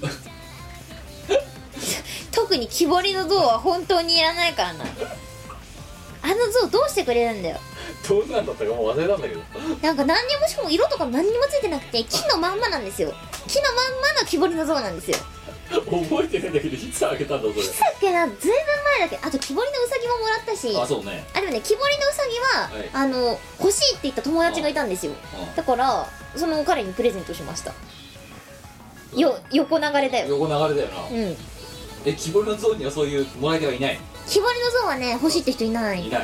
S3: 特に木彫りの像は本当にいらないからなあの像どうしてくれるんだよ
S2: どんなんだったかもう忘れたんだけど
S3: なんか何にもしかも色とかも何にもついてなくて木のまんまなんですよ木のまんまの木彫りの像なんですよ
S2: 覚えてないんだけどいつあげたんだ
S3: いつだっけなずいぶん前だけどあと木彫りのうさぎももらったし
S2: それあそうね
S3: あでもね木彫りのうさぎは、
S2: は
S3: あ
S2: い
S3: の欲しいって言った友達がいたんですよだからその彼にプレゼントしました
S2: うん
S3: よ横流れだよ
S2: 横流れだよな、
S3: うん
S2: え木彫りのゾーンにはそういうもらい手はいない
S3: 木彫りの像はね欲しいって人いない
S2: いない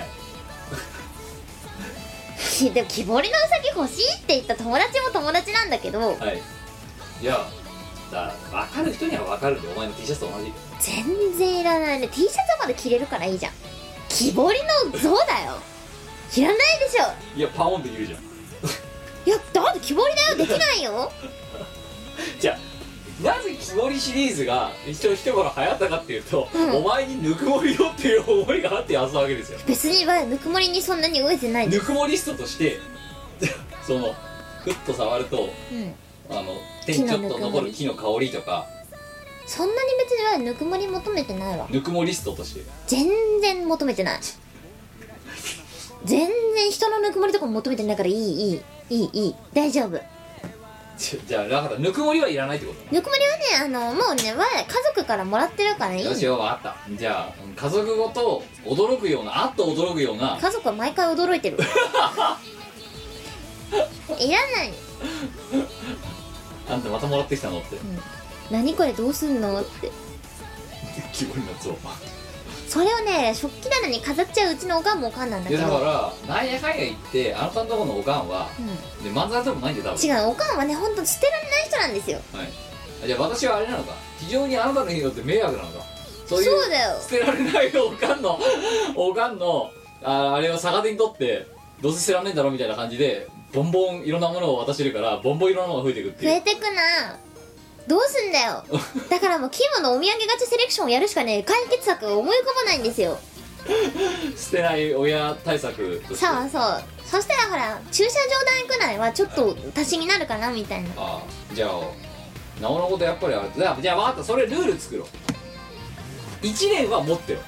S3: いや でも木彫りのうさぎ欲しいって言った友達も友達なんだけど
S2: はいいやだから分かる人には分かるんでお前の T シャツと同じ
S3: 全然いらないね T シャツまで着れるからいいじゃん木彫りの像だよいらないでしょ
S2: いやパオンで言うじゃん
S3: いやだって木彫りだよできないよ
S2: じゃあなぜ木彫りシリーズが一応一頃流行ったかっていうと、
S3: うん
S2: お前にぬくもりをっていう思いがあって遊ぶわけですよ
S3: 別にわぬくもりにそんなに飢えてないで
S2: ぬくもりストとしてそのふっと触ると
S3: うん
S2: あの手にちょっと残る木の香りとか
S3: そんなに別にぬくもり求めてないわ
S2: ぬくもリストとして
S3: 全然求めてない全然人のぬくもりとかも求めてないからいいいいいいいい大丈夫
S2: ちょじゃあだからぬくもりはいらないってこと
S3: ぬくもりはねあのもうねわ家族からもらってるからいい
S2: よし
S3: 家
S2: よわかったじゃあ家族ごと驚くようなあっと驚くような
S3: 族は毎回驚いて るいらない
S2: あんたまたもらってきたのって
S3: 何これどうすんのって
S2: 気分になっそう
S3: それをね食器棚に飾っちゃううちのおかんもおかんなんだ
S2: で
S3: け
S2: だ
S3: ど
S2: からなんやかんや言ってあなたのところのおかんは
S3: うん
S2: で漫才でもないんで多分
S3: 違うおかんはねほんと捨てられない人なんですよ
S2: はいあじゃあ私はあれなのか非常にあなたの日にとって迷惑なのかそういう
S3: そうだよ
S2: 捨てられないおかんの おかんのああれを逆手にとってどうせ捨てらんねえんだろみたいな感じでボンボンいろんなものを渡してるからボンボンいろんなものが増えていくって
S3: 増
S2: い
S3: え
S2: う
S3: てくなどうすんだ よだからもうキモのお土産勝ちセレクションをやるしかね解決策が思い浮かばないんですよ
S2: 捨てない親対策として
S3: さあそうそしたらほら駐車場代くらいはちょっと足しになるかなみたいな
S2: ああじゃあなおのことやっぱりあれじゃあじゃあ分かったそれルール作ろう1年は持ってよ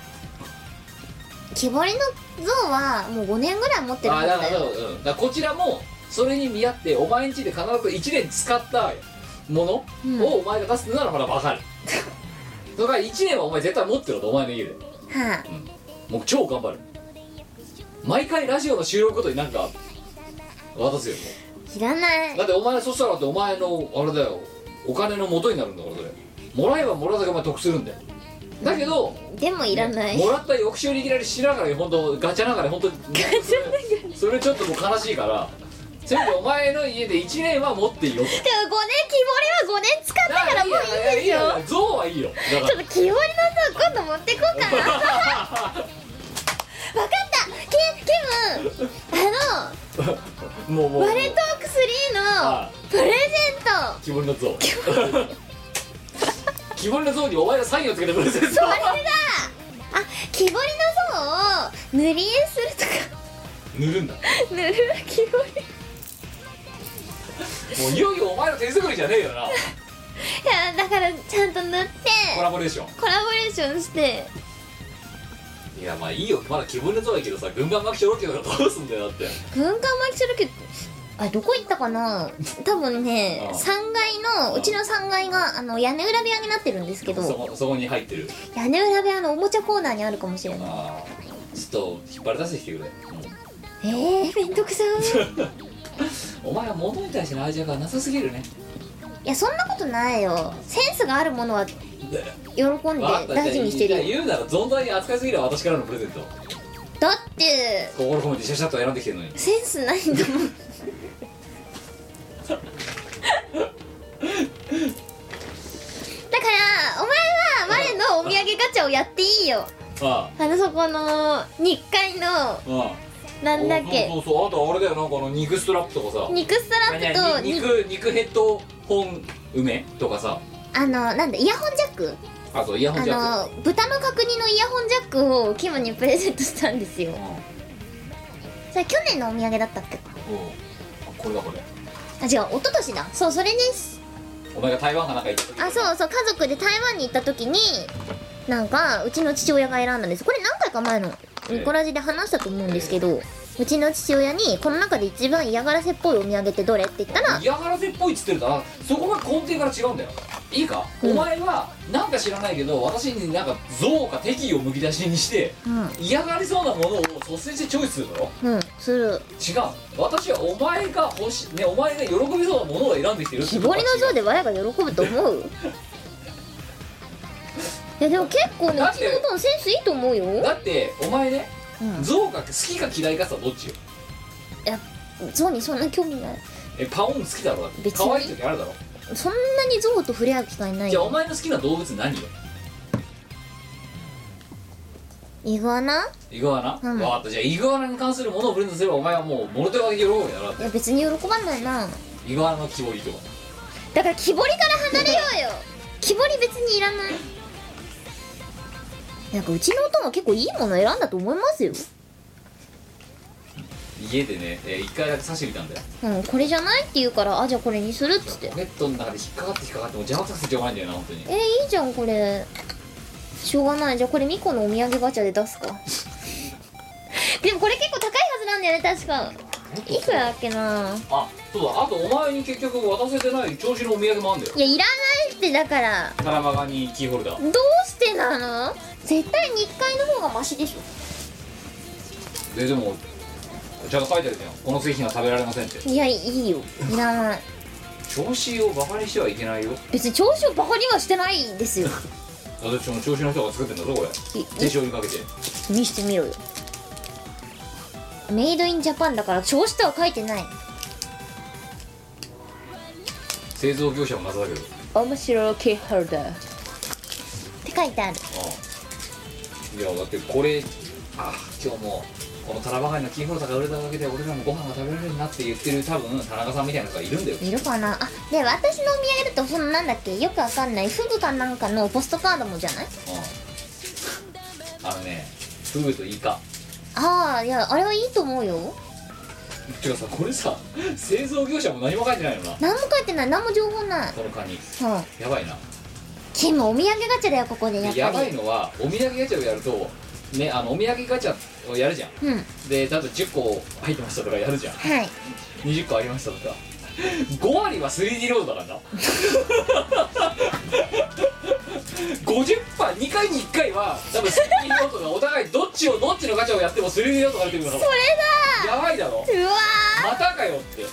S3: 木彫りの像はもう5年ぐらい持ってる
S2: あ
S3: ん
S2: あだか
S3: だ
S2: ら,、
S3: よ
S2: うん、だからこちらもそれに見合ってお前んちで必ず1年使ったものを
S3: うん
S2: お前が出すならまだ分かる、だから1年はお前絶対持ってろとお前の家で
S3: はあ
S2: もう超頑張る毎回ラジオの収録ごとになんか渡すよ
S3: いらない
S2: だってお前そしたらだってお前のあれだよお金の元になるんだからそれもらえばもらうだけお前得するんだよだけど、
S3: でもいらない、
S2: もらった翌週にいきなりしながら本当ガチャながら本当ガチャながらそれちょっともう悲しいからせめてお前の家で1年は持っていいよ
S3: でも5年木彫りは5年使った
S2: だ
S3: からもういいんですよ
S2: や象はいいよだか
S3: ちょっと木彫りの像今度持ってこうかなわかったキキムあ
S2: らもうもう
S3: のワレトーク3のプレゼント
S2: 木彫りの象木彫りの象にお前のサインをつけてくれて
S3: そ
S2: る
S3: れだあ木彫りの像を塗り絵するとか
S2: 塗るんだも
S3: 塗る木彫り
S2: ういよいよお前の手作りじゃねえよない
S3: やだからちゃんと塗って
S2: コラボレーション
S3: コラボレーションして
S2: いやまあいいよまだ木彫りの象だけどさ軍艦巻きしろっていうのがどうすんだよだって
S3: 軍艦巻きするけどあどこ行ったかな多分ね
S2: ああ
S3: 3階のうちの3階があの屋根裏部屋になってるんですけど
S2: そこそこに入ってる
S3: 屋根裏部屋のおもちゃコーナーにあるかもしれない
S2: ああちょっと引っ張り出してきてくれ、
S3: えー、めんどくさい
S2: お前は物に対しての愛情がなさすぎるね
S3: いやそんなことないよセンスがあるものは喜んで
S2: わかった
S3: 大事にしてる
S2: じ
S3: よ
S2: ゃあ言うなら存在に扱いすぎる私からのプレゼント
S3: だって
S2: 心込めてシャシャッと選んできてるのに
S3: センスないんだもんだからお前は我のお土産ガチャをやっていいよ
S2: あ
S3: あのそこの日階の
S2: あああ
S3: なんだっけ
S2: そうそうそうあとあれだよなんかあの肉ストラップとかさ
S3: 肉ストラップと
S2: 何
S3: に
S2: 肉肉ヘッド本梅とかさ
S3: あのなんだイヤホンジャック
S2: あとイヤホンジャック
S3: あの豚の角煮のイヤホンジャックをキムにプレゼントしたんですよそれ去年のお土産だったっけ
S2: うんうんあこれだこれ
S3: あ違う一昨年だそうそれです
S2: お前が台湾かなんか行った時
S3: あそうそう家族で台湾に行った時になんかうちの父親が選んだんですこれ何回か前のニコラジで話したと思うんですけどうちの父親にこの中で一番嫌がらせっぽいお土産ってどれって言ったら
S2: 嫌がらせっぽいっつってるからそこが根底から違うんだよいいか、
S3: うん
S2: お前はなんか知らないけど私になんか憎悪か敵意をむき出しにして
S3: う
S2: 嫌がりそうなものを率先してチョイスするだろ
S3: んうんする
S2: 違う私はお前が欲しねお前が喜びそうなものを選んできてる
S3: 木彫りの像で我が喜ぶと思 ういやでも結構ね
S2: だっ
S3: う
S2: て
S3: ちのおとんセンスいいと思うよ、
S2: だってお前ね
S3: うん、
S2: 憎悪か好きか嫌いかさどっちよ
S3: ゾウにそんな興味ない
S2: えパオン好きだろだって
S3: 別に
S2: 可愛い時あるだろ
S3: そんなにゾウと触れ合う機会ない
S2: じゃあお
S3: よ
S2: 前の好きな動物何よ
S3: イグアナ
S2: イグアナ、
S3: うん
S2: わかったじゃあイグアナに関するものをプレゼントすればお前はもうモルテガで喜ぶよだろだっ
S3: い
S2: て
S3: や別に喜ばないな
S2: イグアナの木彫りとか
S3: だから木彫りから離れようよ木彫り別にいらないなんかうちのおとんは結構いいもの選んだと思いますよ
S2: い家でね、えー一回だけ刺してみたんだよ
S3: うん、これじゃないって言うからあじゃあこれにするっつって
S2: ポケットの中で引っかかって引っかかってもう邪魔くさくてしょうがないんだよな本当に
S3: えー、いいじゃんこれしょうがないじゃあこれミコのお土産ガチャで出すか でもこれ結構高いはずなんだよね確かいくらだっけな
S2: あそうだあとお前に結局渡せてない調子のお土産もあんだよ
S3: いやいらないってだから
S2: タラバガニキーホルダー
S3: どうしてなの絶対日回の方がマシでしょ
S2: ででもちゃんと書いてあるじゃんこの製品は食べられませんって
S3: いやいいよいらない
S2: 調子をバカにしてはいけないよ
S3: 別に調子をバカにはしてないん ですよ
S2: 私も調子の人が作ってんだぞこれ
S3: いい
S2: 手塩にかけて
S3: 見してみろよメイドインジャパンだから調子とは書いてない
S2: 製造業者も謎だけど
S3: 面白いキーホルダーって書いてある
S2: ああいやだってこれあ今日もこのタラバガニのキーホルダーが売れただけで俺らもご飯が食べられるなって言ってる多分田中さんみたいな人がいるんだよ
S3: いるかなあで私のお土産だとそのなんだっけよくわかんないフグかなんかのポストカードもじゃない
S2: あのねフグとイカ
S3: ああいやあれはいいと思うよ
S2: てかさこれさ製造業者も何も書いてないよな
S3: 何も書いてない何も情報ない
S2: このカニ
S3: うん
S2: やばいな
S3: キムお土産ガチャだよここでやっぱ
S2: で
S3: り
S2: やばいのはお土産ガチャをやるとねあのお土産ガチャをやるじゃん
S3: うんは
S2: でだと10個入ってましたとかやるじゃん
S3: い
S2: 20個ありましたとか5割は 3D ロードだからな50パー2回に1回は多分 3D ロードがお互いどっちをどっちのガチャをやっても 3D ロードが出てくるのそれだやばいだろ
S3: うわ
S2: またかよって
S3: ー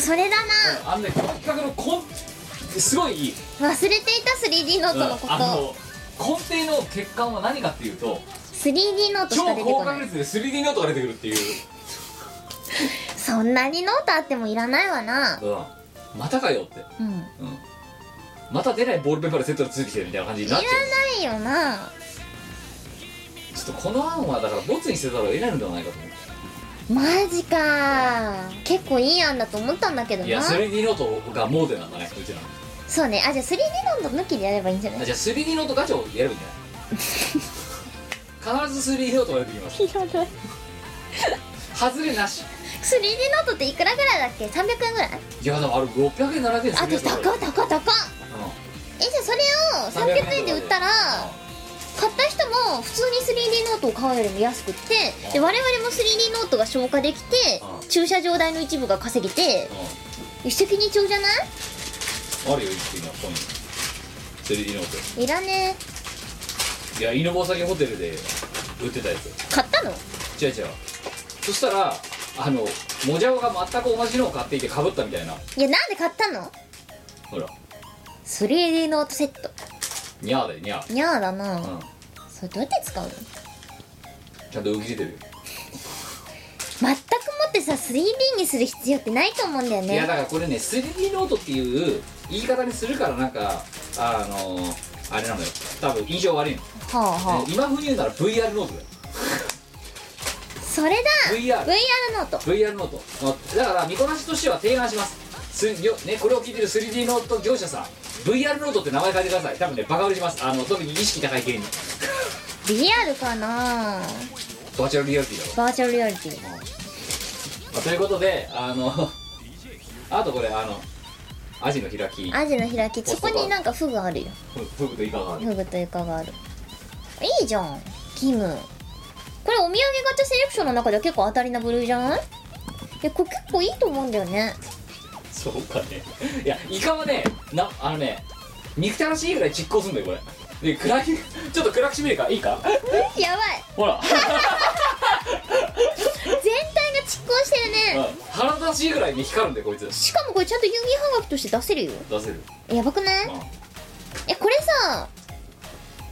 S3: それだ
S2: あのねこの企画のこんすごい、
S3: な忘れていた 3D ノートのこ
S2: あ
S3: と
S2: の根底の欠陥は何かっていうと
S3: 3D ノートし
S2: 超
S3: か出て
S2: 高
S3: こ
S2: 確
S3: ない
S2: 率で 3D ノートが出てくるっていう、
S3: そんなにノートあってもいらないわな
S2: うん、またかよって、
S3: うんいら
S2: うん、また出ないボールペンパーでセットでついてきてるみたいな感じになっちゃう
S3: ないよな
S2: ちょっとこの案はだからボツにせざるを得ないのではないかと思う
S3: マジかー結構いい案だと思ったんだけどない
S2: や 3D ノートがモーデなんだねうちらの
S3: そうねあじゃあ 3D ノート抜きでやればいいんじゃない
S2: あじゃあ 3D ノートガチャをやればいいんじゃない必ず 3D ノートが出てきます
S3: いらない 3D ノ
S2: 外れなし
S3: ートっていくらぐらいだっけ300円ぐらい
S2: いやでもあれ600円700円
S3: あと高っ高っ高っえじゃあそれを300円で売ったら買った人も普通に 3D ノートを買うよりも安くってで我々も 3D ノートが消化できて
S2: うん
S3: 駐車場代の一部が稼げて
S2: うん、
S3: 一
S2: う、
S3: 石二鳥じゃなん
S2: あるよ一品はここに 3D ノー
S3: いいらね
S2: トいやイノボサギホテルで売ってたやつ
S3: 買ったの
S2: 違う違うそしたらあのもじゃおが全く同じのを買っていてかぶったみたいない
S3: やなんで買ったの
S2: ほら
S3: 3D ノートセット
S2: ニャーだよニャー
S3: にゃーだな、
S2: うん
S3: それどうやって使うの
S2: ちゃんと浮き出てるよ
S3: 全くもってさ 3D にする必要ってないと思うんだよ
S2: いや
S3: ね
S2: だからこれね 3D ノートっていう言い方にするからなんかあのー、あれなのよ多分印象悪いの、
S3: はあは
S2: 今風に言うなら VR ノートだよ
S3: あそれだ
S2: VR
S3: VR ノート
S2: VR ノートまあだから見こなしとしては提案しますすよね、これを聞いてる 3D ノート業者さん VR ノートって名前変えてください多分ねバカ売れしますあの特に意識高い系に
S3: VR かな
S2: バーチャルリアリティだろ
S3: バーチャルリアリティ
S2: まあということであのあとこれあのアジの開き
S3: アジの開きそこになんかフグあるよ
S2: ふフグとイカがある
S3: フグとイカがあるいいじゃんキムこれお土産ガチャセレクションの中では結構当たりな部類じゃないいやこれ結構いいと思うんだよね
S2: そうかねいやイカはねなあのね憎たらしいぐらい実行すんだよこれで暗きちょっと暗くしてみるかいいか
S3: やばい
S2: ほら、
S3: 全体が蓄光して
S2: う
S3: るね
S2: ん腹立たしいぐらいね光るんだよこいつ
S3: しかもこれちゃんと郵便ハガキとして出せるよ
S2: 出せる、
S3: やばくないえこれさ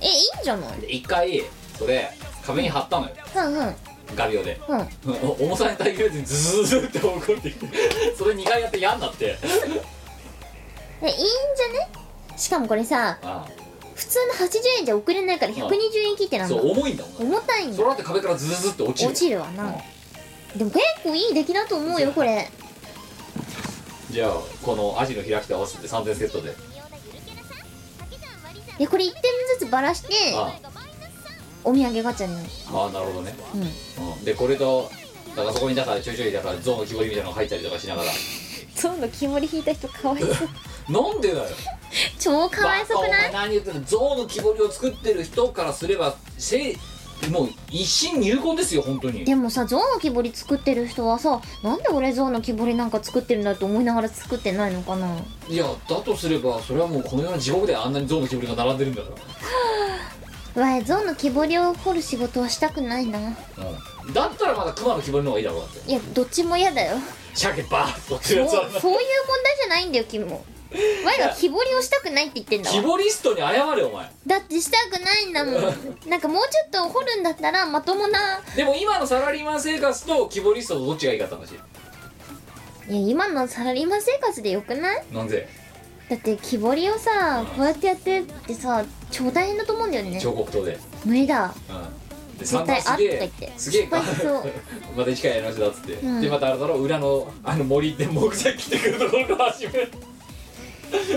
S3: えいいんじゃない
S2: うん、で一回それ壁に貼ったのよ
S3: うんうん
S2: 画鋲で
S3: うん
S2: うん重さに耐えきれずにズズズズって怒ってきてそれ2回やって嫌になって
S3: えいいんじゃねしかもこれさ
S2: あ
S3: 普通の80円じゃ送れないから120円切ってなんだ
S2: そう重いんだもん
S3: 重たいん
S2: そ
S3: だ
S2: れだって壁からズズズって落ちる
S3: 落ちるわな
S2: うん
S3: でも結構いい出来だと思うよこれ
S2: じゃあこのアジの開きと合わせて3点セットで
S3: いやこれ1点ずつばらして
S2: あ
S3: おお土産ガチャになる
S2: ああなるほどね、
S3: うん
S2: うん、でこれとだからそこにだからちょいちょいだからゾウの木彫りみたいなのが入ったりとかしながら
S3: ゾウの木彫り引いた人かわいそう
S2: なんでだよ
S3: 超かわいそうくな
S2: バ
S3: い
S2: カお前何言ってんの象の木彫りを作ってる人からすればせいもう一心入魂ですよ本当に
S3: でもさゾウの木彫り作ってる人はさなんで俺ゾウの木彫りなんか作ってるんだって思いながら作ってないのかない
S2: やだとすればそれはもうこの世の地獄であんなに象の木彫りが並んでるんだか
S3: わいゾウの木彫りを掘る仕事はしたくないな
S2: ら、うん、だったらまだ熊の木彫りの方がいいだろうだって
S3: いやどっちも嫌だよ
S2: 鮭バーッとって
S3: そ
S2: や
S3: う
S2: つ
S3: そう
S2: は
S3: いう問題じゃないんだよ君もわいは木彫りをしたくないって言ってんだ
S2: 木
S3: わ
S2: 彫りストに謝れお前
S3: だってしたくないんだも んなんかもうちょっと掘るんだったらまともな
S2: でも今のサラリーマン生活と木彫りストとどっちがいいかって話
S3: いや今のサラリーマン生活でよくない
S2: なんで
S3: だって木彫りをさこうやってやってってさ超大変だと思うんだよね
S2: 彫刻刀で
S3: 無理だ
S2: うんで
S3: 絶対
S2: 散々すげえ
S3: あっとか言って
S2: すげえか
S3: 失敗しそう
S2: また一回やり直しだっつって、
S3: ん
S2: でまたあれだろ裏のあの森で木材切ってくるところから始める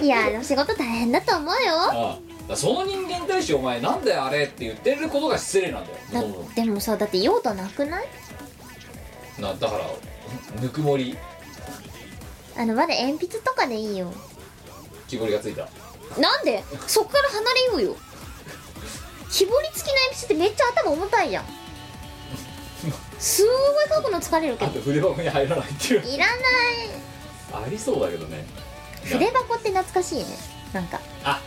S3: いやでも仕事大変だと思うよ
S2: ああだからその人間に対してお前なんだよあれって言ってることが失礼なんだよ
S3: だ
S2: その
S3: でもさだって用途なくない
S2: なだからぬくもり
S3: あのまだ鉛筆とかでいいよ
S2: 木彫りがついた
S3: なんでそっから離れようよ木彫り付きの鉛筆ってめっちゃ頭重たいじゃんすごい書くの疲れるけ
S2: あ
S3: ど
S2: と筆箱に入らないっていう
S3: いらない
S2: ありそうだけどね
S3: 筆箱って懐かしいねなんか
S2: あ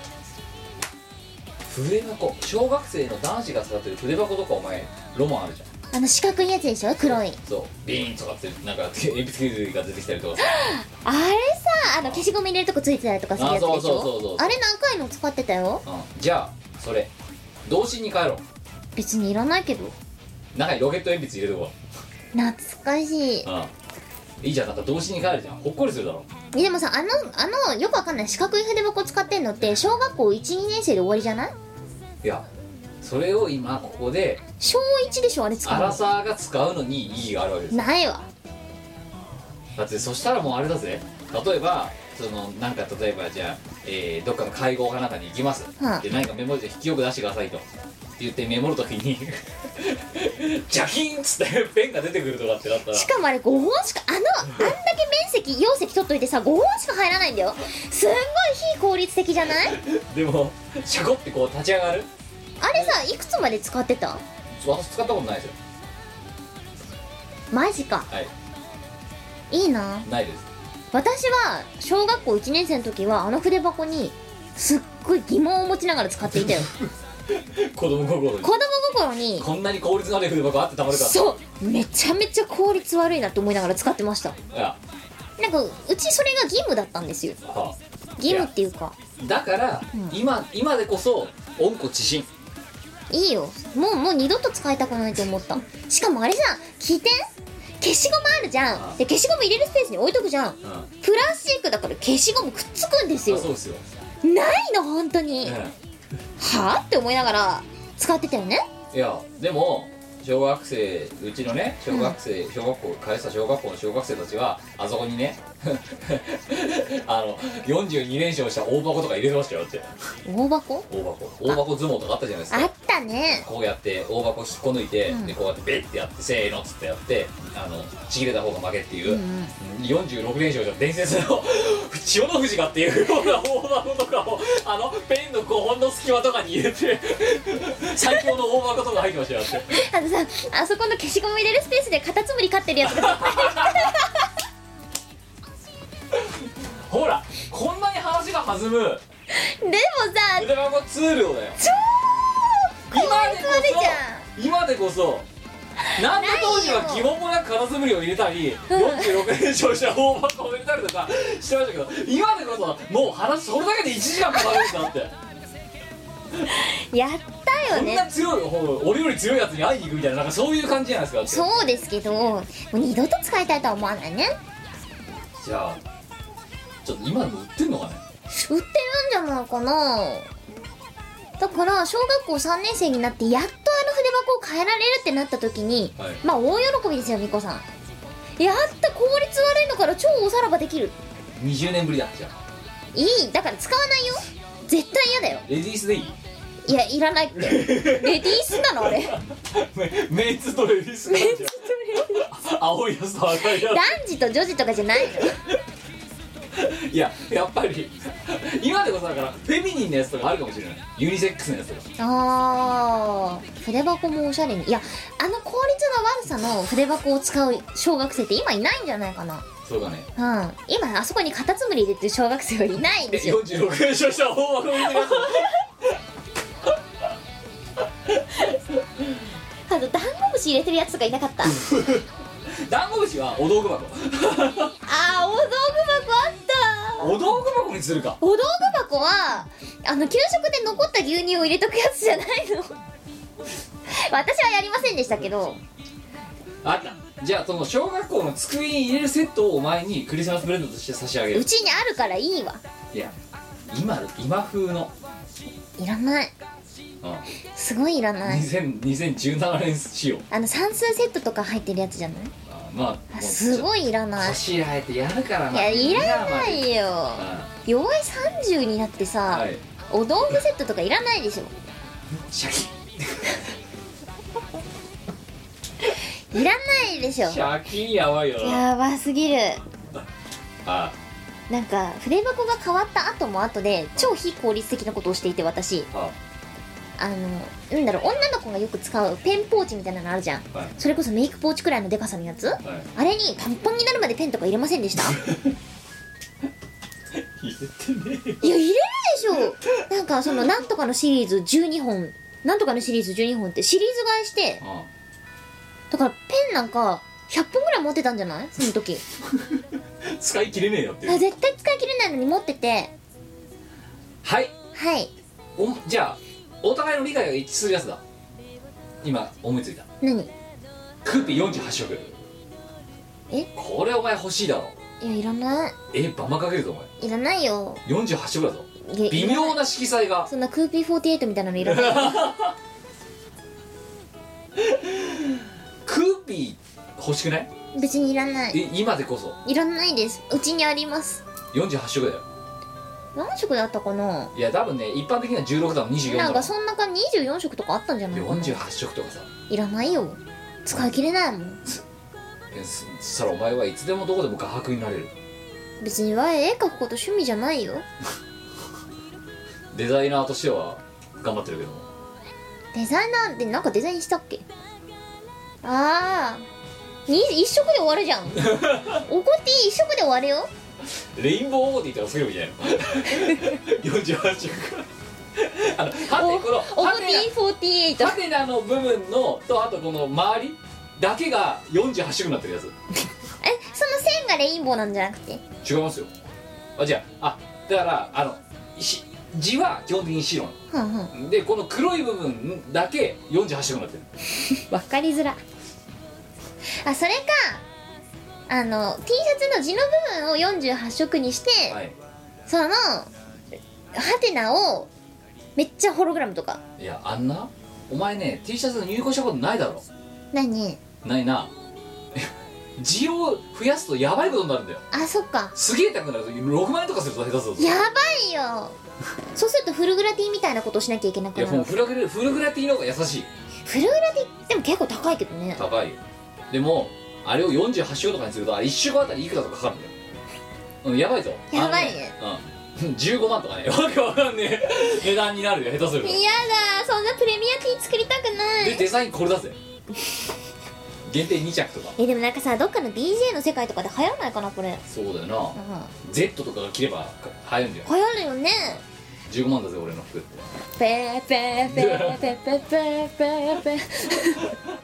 S2: 筆箱小学生の男子が使ってる筆箱とかお前ロマンあるじゃん
S3: あの四角いやつでしょ黒い
S2: そうビーンとかってなんか鉛筆が出てきたりとかさ
S3: あれさあの消しゴム入れるとこついてたりとかするやつでし
S2: あそうそうそうそ
S3: ょ
S2: う
S3: あれ何回の使ってたよ
S2: うんじゃあそれ童心に帰ろう
S3: 別にいらないけど
S2: 中にロケット鉛筆入れとこ
S3: 懐かしいう
S2: うんいいじゃんなんか童心に帰るじゃんほっこりするだろ
S3: えでもさあのあのよくわかんない四角い筆箱使ってんのって小学校12年生で終わりじゃない
S2: いやそれを今ここで
S3: 小1でしょあれ使
S2: ア
S3: う
S2: ラ
S3: の
S2: サーが使うのに意義があるわけですよ
S3: ないわ
S2: だってそしたらもうあれだぜ例えばそのなんか例えばじゃあ、えーどっかの会合かなんかに行きます、
S3: はい
S2: で何かメモで筆記用具出してくださいとって言ってメモるときに ジャキンっつってペンが出てくるとかってなったら
S3: しかもあれ5本しかあのあんだけ面積容積取っといてさ5本しか入らないんだよすんごい非効率的じゃない
S2: でもシャコってこう立ち上がる
S3: あれさいくつまで使ってた
S2: 私使ったことないですよ
S3: マジか
S2: はい
S3: いいな
S2: ないです
S3: 私は小学校1年生の時はあの筆箱にすっごい疑問を持ちながら使って いたよ
S2: 子供心に
S3: 子供心に
S2: こんなに効率の悪い筆箱あってたまるか
S3: そうめちゃめちゃ効率悪いなって思いながら使ってました
S2: いや
S3: なんかうちそれが義務だったんですよ
S2: はあ
S3: 義務っていうか
S2: だから、
S3: ん
S2: 今今でこそ温故知新
S3: いいよもうもう二度と使いたくないと思ったしかもあれじゃん起点消しゴムあるじゃんで消しゴム入れるスペースに置いとくじゃん
S2: うんあ
S3: プラスチックだから消しゴムくっつくんです
S2: そう
S3: よ
S2: ですよ、
S3: ないの本当に、は
S2: う
S3: あって思いながら使ってたよね
S2: ん、いやでも小学生うちのね小学生、小学校返した小学校の小学生たちはあそこにね あの42連勝した大箱とか入れてましたよって
S3: 大箱
S2: 大箱大箱相撲とかあったじゃないですか
S3: あったね
S2: こうやって大箱引っこ抜いて、
S3: うん
S2: でこうやってベッてやってせーのっつってやってあのちぎれた方が負けっていう、
S3: うんうん
S2: 46連勝じゃ伝説の 千代の富士がっていうような大箱とかをあのペンの5本の隙間とかに入れて最強の大箱とか入ってましたよだって
S3: あとさあそこの消しゴム入れるスペースでカタツムリ飼ってるやつ が
S2: ほらこんなに話が弾む
S3: でもさ
S2: 腕箱ツールをだよ
S3: 超
S2: 今
S3: わい
S2: で
S3: そうで
S2: こ
S3: じ
S2: そ今でこそなんで当時は
S3: ない
S2: 疑
S3: よ
S2: 問もなくカタツムリを入れたり46連勝した大箱を入れたりとかしてましたけど今でこそもう話それだけで1時間かかるんだって
S3: やったよ
S2: こんな
S3: ね
S2: 強いほう俺より強いやつに会いに行くみたいななんかそういう感じじゃないですかだって
S3: そうですけどもう二度と使いたいとは思わないね
S2: じゃあちょっと今の売ってんのかね
S3: 売ってるんじゃないかなだから小学校3年生になってやっとあの筆箱を変えられるってなった時に、
S2: はい
S3: まあ大喜びですよみこさんやった効率悪いのから超おさらばできる
S2: 20年ぶりだじゃあ
S3: いいだから使わないよ絶対嫌だよ
S2: レディースでいい
S3: いやいらないってレディースなのあれ男
S2: メメンツとレディースメンツ青いやつと赤いや
S3: 児と女児とかじゃないの
S2: ついややっぱり 今でこそだからフェミニンなやつとかあるかもしれないユニセックスのやつとか
S3: あー筆箱もおしゃれにいやあの効率の悪さの筆箱を使う小学生って今いないんじゃないかな
S2: そうだね
S3: うん今あそこにカタツムリ入れてる小学生はいないん
S2: で
S3: ですよ
S2: 46連勝した大枠を見てく ださ
S3: あとダンゴムシ入れてるやつとかいなかったあ
S2: いダンゴムシはお道具箱
S3: ーお道具箱あった
S2: お道具箱にするか
S3: お道具箱はあの給食で残った牛乳を入れとくやつじゃないの 私はやりませんでしたけど
S2: あったじゃあその小学校の机に入れるセットをお前にクリスマスプレゼントとして差し上げ
S3: う
S2: る
S3: ちにあるからいいわ
S2: いや今今風の、
S3: いらない
S2: うん
S3: すごいいらない
S2: 2000 2017年仕様
S3: あの算数セットとか入ってるやつじゃない
S2: あまあ
S3: あす
S2: い
S3: ごいいらない
S2: こしらえてやるから
S3: いやいらな
S2: よ
S3: いよ弱い30になってさ、
S2: はい
S3: お道具セットとかいらないでしょ
S2: シャキ
S3: いらないでしょ
S2: シャキやばいよな
S3: やばすぎる
S2: あ
S3: なんか筆箱が変わった後も後で超非効率的なことをしていて私
S2: あ
S3: あのなんだろう女の子がよく使うペンポーチみたいなのあるじゃん
S2: はい
S3: それこそメイクポーチくらいのデカさのやつ
S2: は
S3: あれにパンパンになるまでペンとか入れませんで した
S2: い入れてね
S3: いや入れるでしょなんかそのなんとかのシリーズ12本なんとかのシリーズ12本ってシリーズ買いして
S2: えよ
S3: だからペンなんか100本ぐらい持ってたんじゃないその 時
S2: うん使い切れねえよって
S3: あ絶対使い切れないのに持ってて
S2: はい
S3: はい
S2: おじゃあお互いの理解が一致するやつだ今思いついた
S3: 何い
S2: クーピー48色
S3: え
S2: これお前欲しいだろ
S3: やいらない
S2: えバマかけるぞお
S3: いらないよ
S2: 前48色だぞ
S3: いや
S2: 微
S3: いら
S2: 妙
S3: ない
S2: な色彩が
S3: そんなクーピー48みたいなのいらない
S2: クーピー欲しくない
S3: 別にいらない
S2: え今でこそ
S3: いらないですうちにあります
S2: 48色だよ
S3: 何色だったかない
S2: や多分ね一般的には16だもん24
S3: な
S2: だ
S3: ん
S2: も
S3: か
S2: ん
S3: そんな感じ24色とかあったんじゃないかな
S2: 48色とかさ
S3: いらないよ使い切れないもん
S2: えそそしたらお前はいつでもどこでも画伯になれる
S3: 別にわ絵描くこと趣味じゃないよ
S2: デザイナーとしては頑張ってるけども
S3: デザイナーってなんかデザインしたっけああ一色で終わるじ ゃん怒っていい一色で終わるよ
S2: レインボーオーディーとかすればいいじ ゃないの48色あのハテこの
S3: お
S2: ハテナハ
S3: 48
S2: テナの部分のとあとこの周りだけが48色になってるやつ
S3: えその線がレインボーなんじゃなくて
S2: 違いますよあじゃああだからあのし字は基本的に白な
S3: はんはん
S2: のでこの黒い部分だけ48色になってる
S3: わかりづらあそれかあの T シャツの地の部分を48色にして、
S2: はい
S3: そのハテナをめっちゃホログラムとか
S2: いやあんなお前ね T シャツの入稿したことないだろ
S3: 何
S2: ないな 字を増やすとやばいことになるんだよ
S3: あそっか
S2: すげえ高くなると6万円とかすると下手すると
S3: やばいよそうするとフルグラティみたいなことをしなきゃいけなくな
S2: いや
S3: る
S2: もうフルグラフルグラティの方が優しい
S3: フルグラティでも結構高いけどね
S2: 高いよでもあれを48色とかにするとあれ1色あたりいくらとかかかるんだようんやばいぞ
S3: やばいね
S2: あのうん15万とかね わけわかんねえ値段になるよ下手すると
S3: 嫌だそんなプレミアティ作りたくな
S2: で
S3: い
S2: デザインこれだぜ限定2着とか
S3: えでもなんかさどっかの DJ の世界とかで流行らないかなこれ
S2: そうだよな
S3: うん
S2: Z とかが着れば入るんだよ
S3: 流行るよね
S2: 15万だぜ俺の服って
S3: ペーペーペーペーペーペーペーペー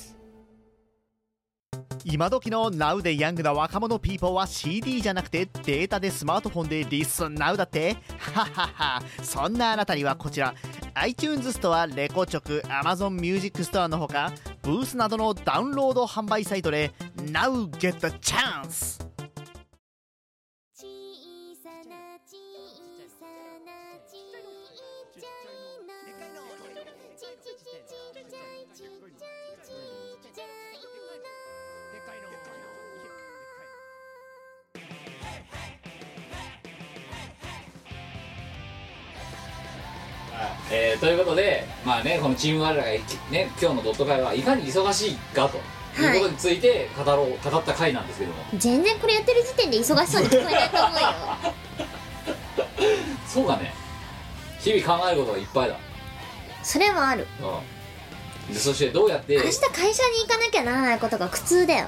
S4: 今時の Now でヤングな若者ピーポーは CD じゃなくてデータでスマートフォンでリスン Now だってはははそんなあなたにはこちら iTunes ストアレコチョク Amazon Music ストアのほかブースなどのダウンロード販売サイトで Now get the chance!
S5: 小さな小さなちっちゃいのちちちちっちゃいちっちゃいちっちゃいの
S2: えーということで、まあね、このチーム我らが、ね、今日のドット会はいかに忙しいかということについて語ろう、語った回なんですけども
S3: 全然これやってる時点で忙しそうに聞こえないと思うよ
S2: そうだね日々考えることがいっぱいだ
S3: それはある
S2: うんでそしてどうやって
S3: 明日会社に行かなきゃならないことが苦痛だよ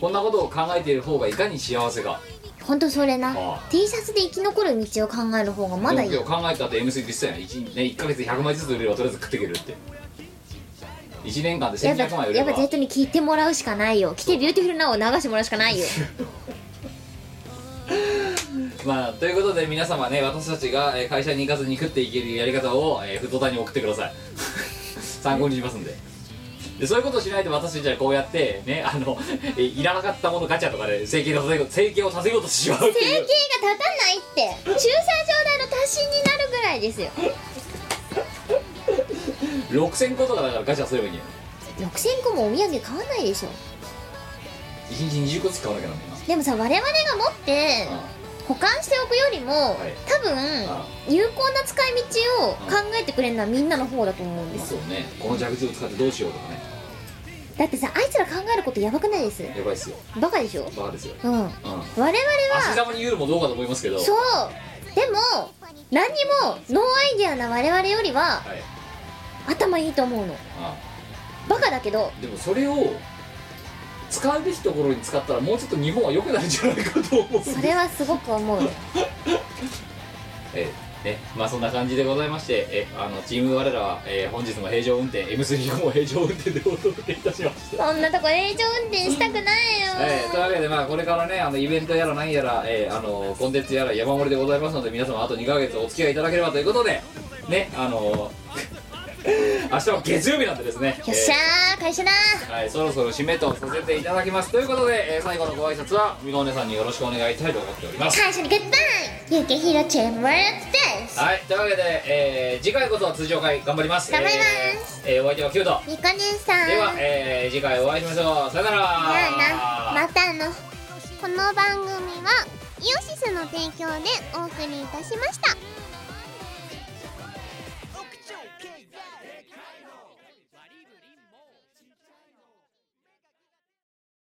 S2: こんなことを考えている方がいかに幸せか
S3: ほんとそれな
S2: ああ
S3: T シャツで生き残る道を考える方がまだいい
S2: でも今日考えたって MC って言ってたやん 1, ね、1ヶ月で100枚ずつ売れればとりあえず食っていけるって1年間で
S3: やっぱ
S2: 1200枚売れ
S3: や
S2: れ
S3: っぱ
S2: ば
S3: ゼットに聞いてもらうしかないよ来てビューティフルなを流してもらうしかないよ
S2: まあということで皆様ね私たちがえー会社に行かずに食っていけるやり方を、えー、不動産に送ってください 参考にしますんででそういうことをしないと私たちはこうやってねあの えーいらなかったものガチャとかで生計を立てよう生計を立てようとしてしまうって
S3: 生計
S2: い
S3: が
S2: う
S3: 立たないって駐車場代の足しになるぐらいですよ
S2: 6000個とかだからガチャすればいいんや
S3: 6000個もお土産買わないでしょ
S2: 1日20個ずつ買わなきゃなんないな
S3: でもさ我々が持って
S2: あ
S3: 保管しておくよりも
S2: はい
S3: 多分
S2: あ
S3: 有効な使い道を考えてくれるのはみんなの方だと思うんで
S2: あ
S3: す
S2: そ
S3: よ
S2: うねこの蛇口を使ってどうしようとかね
S3: だってさあいつら考えることやばくないです
S2: やばいっすよ
S3: バカでしょ
S2: バカですよ
S3: うん我
S2: うん
S3: 々
S2: 足
S3: は
S2: 玉に言うのもどうかと思いますけど
S3: そうでも何にもノーアイディアな我々よりは
S2: はい
S3: 頭いいと思うの
S2: あ
S3: バカだけど
S2: あでもそれを使うべきところに使ったらもうちょっと日本は良くなるんじゃないかと思う
S3: それはすごく思う
S2: えーねまあそんな感じでございましてえあのチーム我らは、えー本日も平常運転 M3 も平常運転でお届けいたしました
S3: そんなとこ営業運転したくないよ
S2: えーというわけで、まあ、これからねあのイベントやら何やら、えーあのコンテンツやら山盛りでございますので皆様あと2ヶ月お付き合いいただければということでねあの 明日は月曜日なんでですね
S3: よっしゃー会社だ
S2: えーはい、そろそろ締めとさせていただきますということで、えー最後のご挨拶はみこお姉さんによろしくお願いしたいと思っております
S3: 会社にグッバイゆきひろチェンワーズです
S2: はいというわけで、えー次回こそは通常回頑張ります
S3: 頑張ります、
S2: えーえーお相手はキュート
S3: みこ姉さん
S2: では、えー次回お会いしましょうさよな
S5: や
S2: ら
S5: なまたのこの番組はイオシスの提供でお送りいたしました